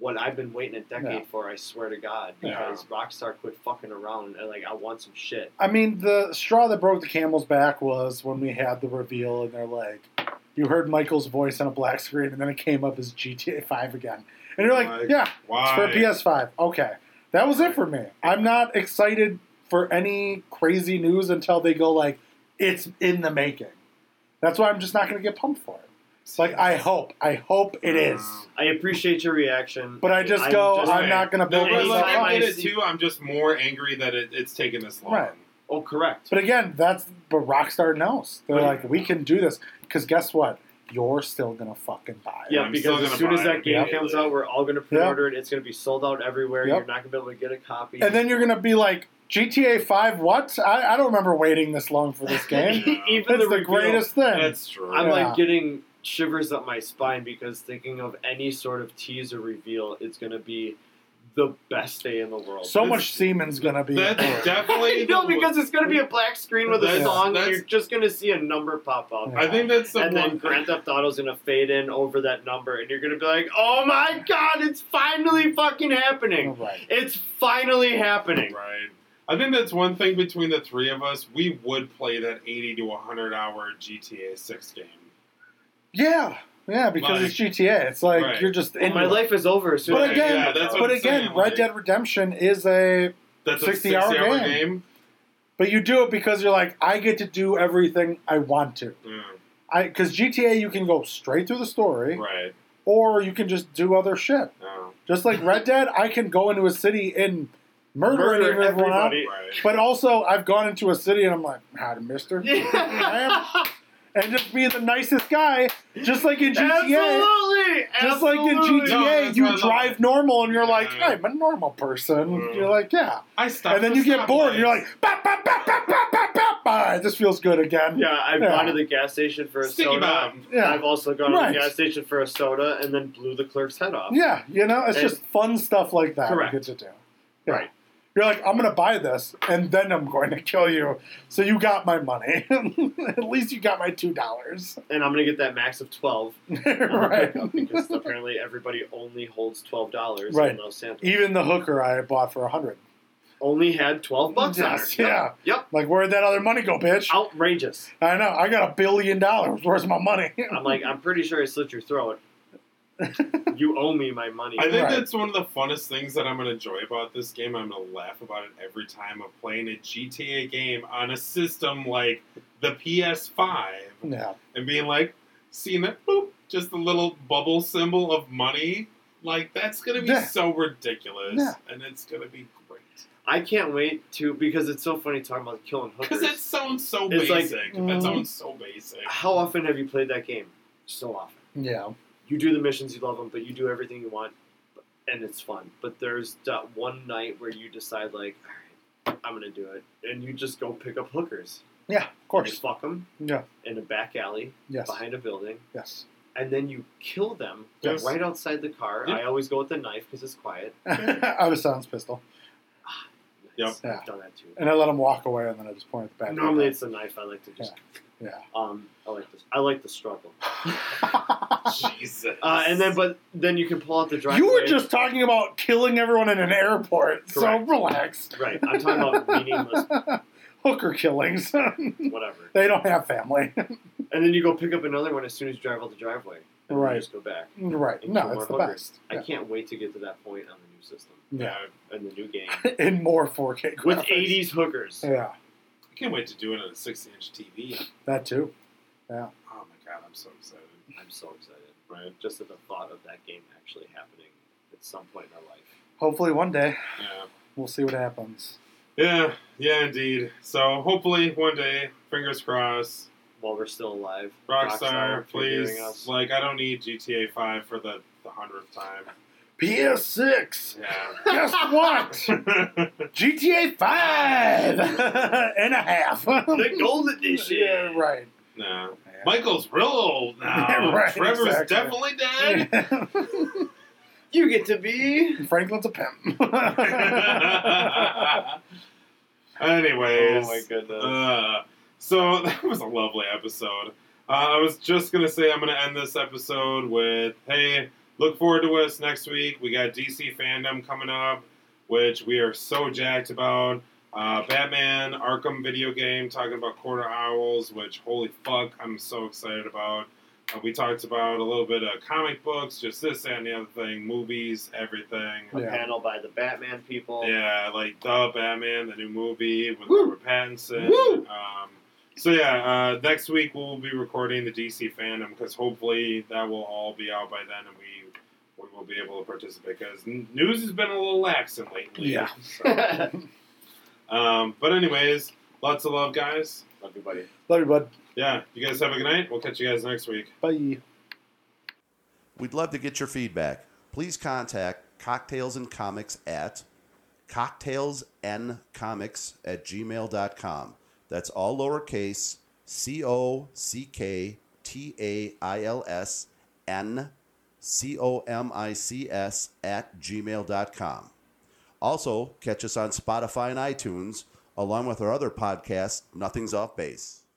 S4: what I've been waiting a decade
S3: Yeah.
S4: for. I swear to God,
S2: Yeah.
S4: because Rockstar quit fucking around and like I want some shit.
S3: I mean, the straw that broke the camel's back was when we had the reveal, and they're like, you heard Michael's voice on a black screen, and then it came up as GTA 5 again. And you're like,
S4: Oh
S2: Like,
S3: yeah, it's
S2: why?
S3: for PS5. Okay. That was it for me. I'm not excited for any crazy news until they go, like, it's in the making. That's why I'm just not going to get pumped for it. It's like, I hope. I hope it is.
S4: I appreciate your reaction,
S3: But I just go,
S4: just-
S3: I'm not going to
S2: No,
S3: build
S4: Well,
S2: but
S4: it's
S2: look,
S3: myself up.
S4: like
S2: I get
S4: I
S2: it
S4: see-
S2: too. I'm just more angry that it, it's taken this long.
S3: Right.
S4: Oh, correct.
S3: But again, that's but Rockstar knows. They're
S2: Yeah.
S3: like, we can do this because guess what? You're still gonna fucking buy it.
S4: Yeah,
S2: I'm still
S4: because as
S2: gonna
S4: soon as
S2: buy it
S4: that game
S2: immediately.
S4: comes out, we're all going to pre-order it. It's going to be sold out everywhere.
S3: Yep.
S4: You're not going to be able to get a copy.
S3: And then you're gonna be like, GTA Five? What? I, I don't remember waiting this long for this game.
S2: Yeah.
S4: even
S3: That's the,
S4: reveal,
S3: greatest thing.
S2: That's true.
S4: I'm
S3: Yeah.
S4: like getting shivers up my spine because thinking of any sort of teaser reveal, it's going to be the best day in the world.
S3: so
S2: This-
S3: much semen's gonna be.
S2: that's definitely
S4: you know,
S2: the-
S4: because it's going to be a black screen with a
S2: That's-
S4: song, and
S2: that's-
S4: you're just going to see a number pop up.
S2: I think that's the
S4: and
S2: one.
S4: then Grand Theft Auto's gonna fade in over that number, and you're gonna be like, "Oh my god, it's finally fucking happening!
S3: Right.
S4: It's finally happening!"
S2: Right. I think that's one thing between the three of us. We would play that 80 to 100 hour GTA 6 game.
S3: Yeah, yeah, because it's GTA. It's like
S2: Right.
S3: you're just in
S4: And my
S3: it.
S4: life is over. as soon
S3: But
S4: as I
S3: again,
S4: get
S2: that's what
S4: out.
S3: But
S2: I'm
S3: again,
S2: saying,
S3: Red
S2: like-
S3: Dead Redemption is a.
S2: That's a
S3: 60
S2: 60
S3: hour
S2: hour,
S3: game.
S2: game.
S3: But you do it because you're like, I get to do everything I want to.
S2: Yeah,
S3: I because GTA, you can go straight through the story,
S2: right. Oh,
S3: or you can just do other shit.
S2: No.
S3: Just like Red Dead, I can go into a city and murder,
S4: Murder
S3: everyone out.
S4: everybody.
S2: Right.
S3: But also, I've gone into a city and I'm like, how to mister? I am, and just be the nicest guy, just like in GTA.
S4: Absolutely.
S3: Just like in
S2: No,
S3: GTA,
S4: Absolutely.
S2: that's what I
S3: you
S2: love.
S3: drive normal and you're like,
S2: Yeah.
S3: I'm a normal person.
S2: Mm.
S3: You're like, yeah.
S2: I stopped.
S3: and then
S2: for
S3: you get bored and you're like,
S2: stoplights.
S3: bop, bop, bop, bop, bop, bop, bop. Ah, this feels good again.
S4: Yeah, I've
S3: Yeah.
S4: gone to the gas station for a
S2: Sticky
S4: soda.
S2: bomb.
S3: Yeah.
S4: I've also gone
S3: Right.
S4: to the gas station for a soda and then blew the clerk's head off.
S3: Yeah, you know, it's
S4: And-
S3: just fun stuff like that
S4: Correct.
S3: you get to do. Yeah.
S4: Right.
S3: You're like, I'm gonna buy this, and then I'm going to kill you. So you got my money. At least you got my two dollars.
S4: And I'm gonna get that max of twelve on the
S3: right.
S4: pickup because apparently everybody only holds twelve dollars.
S3: Right.
S4: And no Santa
S3: Even the hooker I bought for a hundred.
S4: only had twelve bucks
S3: Yes,
S4: on her.
S3: yeah.
S4: Yep. Yep.
S3: Like, where'd that other money go, bitch?
S4: Outrageous.
S3: I know. I got a billion dollars. Where's my money?
S4: I'm like, I'm pretty sure I slit your throat. you owe me my money.
S2: I think
S3: Right.
S2: that's one of the funnest things that I'm going to enjoy about this game. I'm going to laugh about it every time of playing a GTA game on a system like the PS5
S3: yeah.
S2: and being like, seeing that boop, just the little bubble symbol of money. Like, that's going to be
S3: Yeah.
S2: so ridiculous.
S3: Yeah.
S2: And it's going to be great.
S4: I can't wait to because it's so funny talking about killing hookers.
S2: Because it sounds so
S4: It's like-
S2: basic.
S3: Mm.
S2: that sounds so basic.
S4: How often have you played that game? So often.
S3: Yeah.
S4: You do the missions, you love them, but you do everything you want, and it's fun. But there's that one night where you decide, like, all right, I'm gonna do it, and you just go pick up hookers.
S3: Yeah. Of
S4: You
S3: course.
S4: fuck them
S3: Yeah.
S4: in a back alley
S3: Yes.
S4: behind a building,
S3: Yes.
S4: and then you kill them
S2: Yes.
S4: right outside the car.
S2: Yep.
S4: I always go with the knife because it's quiet.
S3: I have a sounds pistol,
S2: Yep.
S4: I've
S3: Yeah.
S4: done that too.
S3: and I let him walk away, and then I just point at the back. of
S4: Normally
S3: his
S4: it's the knife. I like to just.
S3: Yeah.
S4: Um, I like this. I like the struggle.
S2: Jesus.
S4: Uh, and then, but then you can pull out the
S3: head.
S4: driveway.
S3: you were just talking about killing everyone in an airport, so
S4: Correct.
S3: relax.
S4: right. I'm talking about meaningless
S3: Hooker killings. they
S4: whatever.
S3: don't have family.
S4: And then you go pick up another one as soon as you drive out the driveway. And then
S3: Right.
S4: You just go back.
S3: right.
S4: And
S3: No,
S4: kill
S3: it's the
S4: more hookers.
S3: best.
S4: I can't wait to get to that point on the new system Uh,
S2: yeah.
S3: Yeah.
S4: and the new game
S3: In more 4K graphics.
S4: with 80s hookers.
S3: Yeah,
S2: I can't wait to do it on a 60 inch TV.
S3: that too.
S2: Oh my god, I'm so excited.
S4: I'm so excited.
S2: Right?
S4: Just at the thought of that game actually happening at some point in our life. Uh,
S3: Hopefully, one day
S2: Yeah.
S3: we'll see what happens.
S2: Yeah, yeah, indeed. So hopefully one day, fingers crossed,
S4: While we're still alive,
S2: Rockstar,
S4: if you're hearing
S2: please.
S4: us,
S2: Like, I don't need GTA 5 for the the hundredth time.
S3: PS6.
S2: Yeah.
S3: Guess what? GTA 5 and a half.
S4: the gold edition.
S3: yeah, right.
S2: no. Michael's real old now.
S3: Right,
S2: Trevor's
S3: exactly.
S2: definitely dead.
S3: Yeah.
S4: You get to be.
S3: Franklin's a pimp.
S2: Anyways.
S4: Oh my goodness.
S2: Uh, so that was a lovely episode. Uh, I was just gonna say I'm gonna end this episode with, hey, look forward to us next week. We got DC fandom coming up, which we are so jacked about. Uh, Batman Arkham video game talking about quarter owls, which holy fuck, I'm so excited about. Uh, we talked about a little bit of comic books, just this that, and the other thing, movies, everything.
S4: a
S3: Yeah.
S4: panel by the Batman people.
S2: Yeah, like the Batman, the new movie with
S4: Woo.
S2: Robert Pattinson.
S4: Woo.
S2: Um, so yeah, uh, next week we'll be recording the DC fandom because hopefully that will all be out by then, and we we will be able to participate because news has been a little laxing lately.
S3: Yeah.
S2: So, um, but anyways, lots of love, guys.
S4: Love you, buddy.
S3: Love you, bud.
S2: Yeah, you guys have a good night. We'll catch you guys next week.
S3: Bye.
S1: We'd love to get your feedback. Please contact Cocktails and Comics at cocktailsandcomics at gmail.com. That's all lowercase C O C K T A I L S N C O M I C S at gmail.com. Also, catch us on Spotify and iTunes, along with our other podcast, Nothing's Off Base.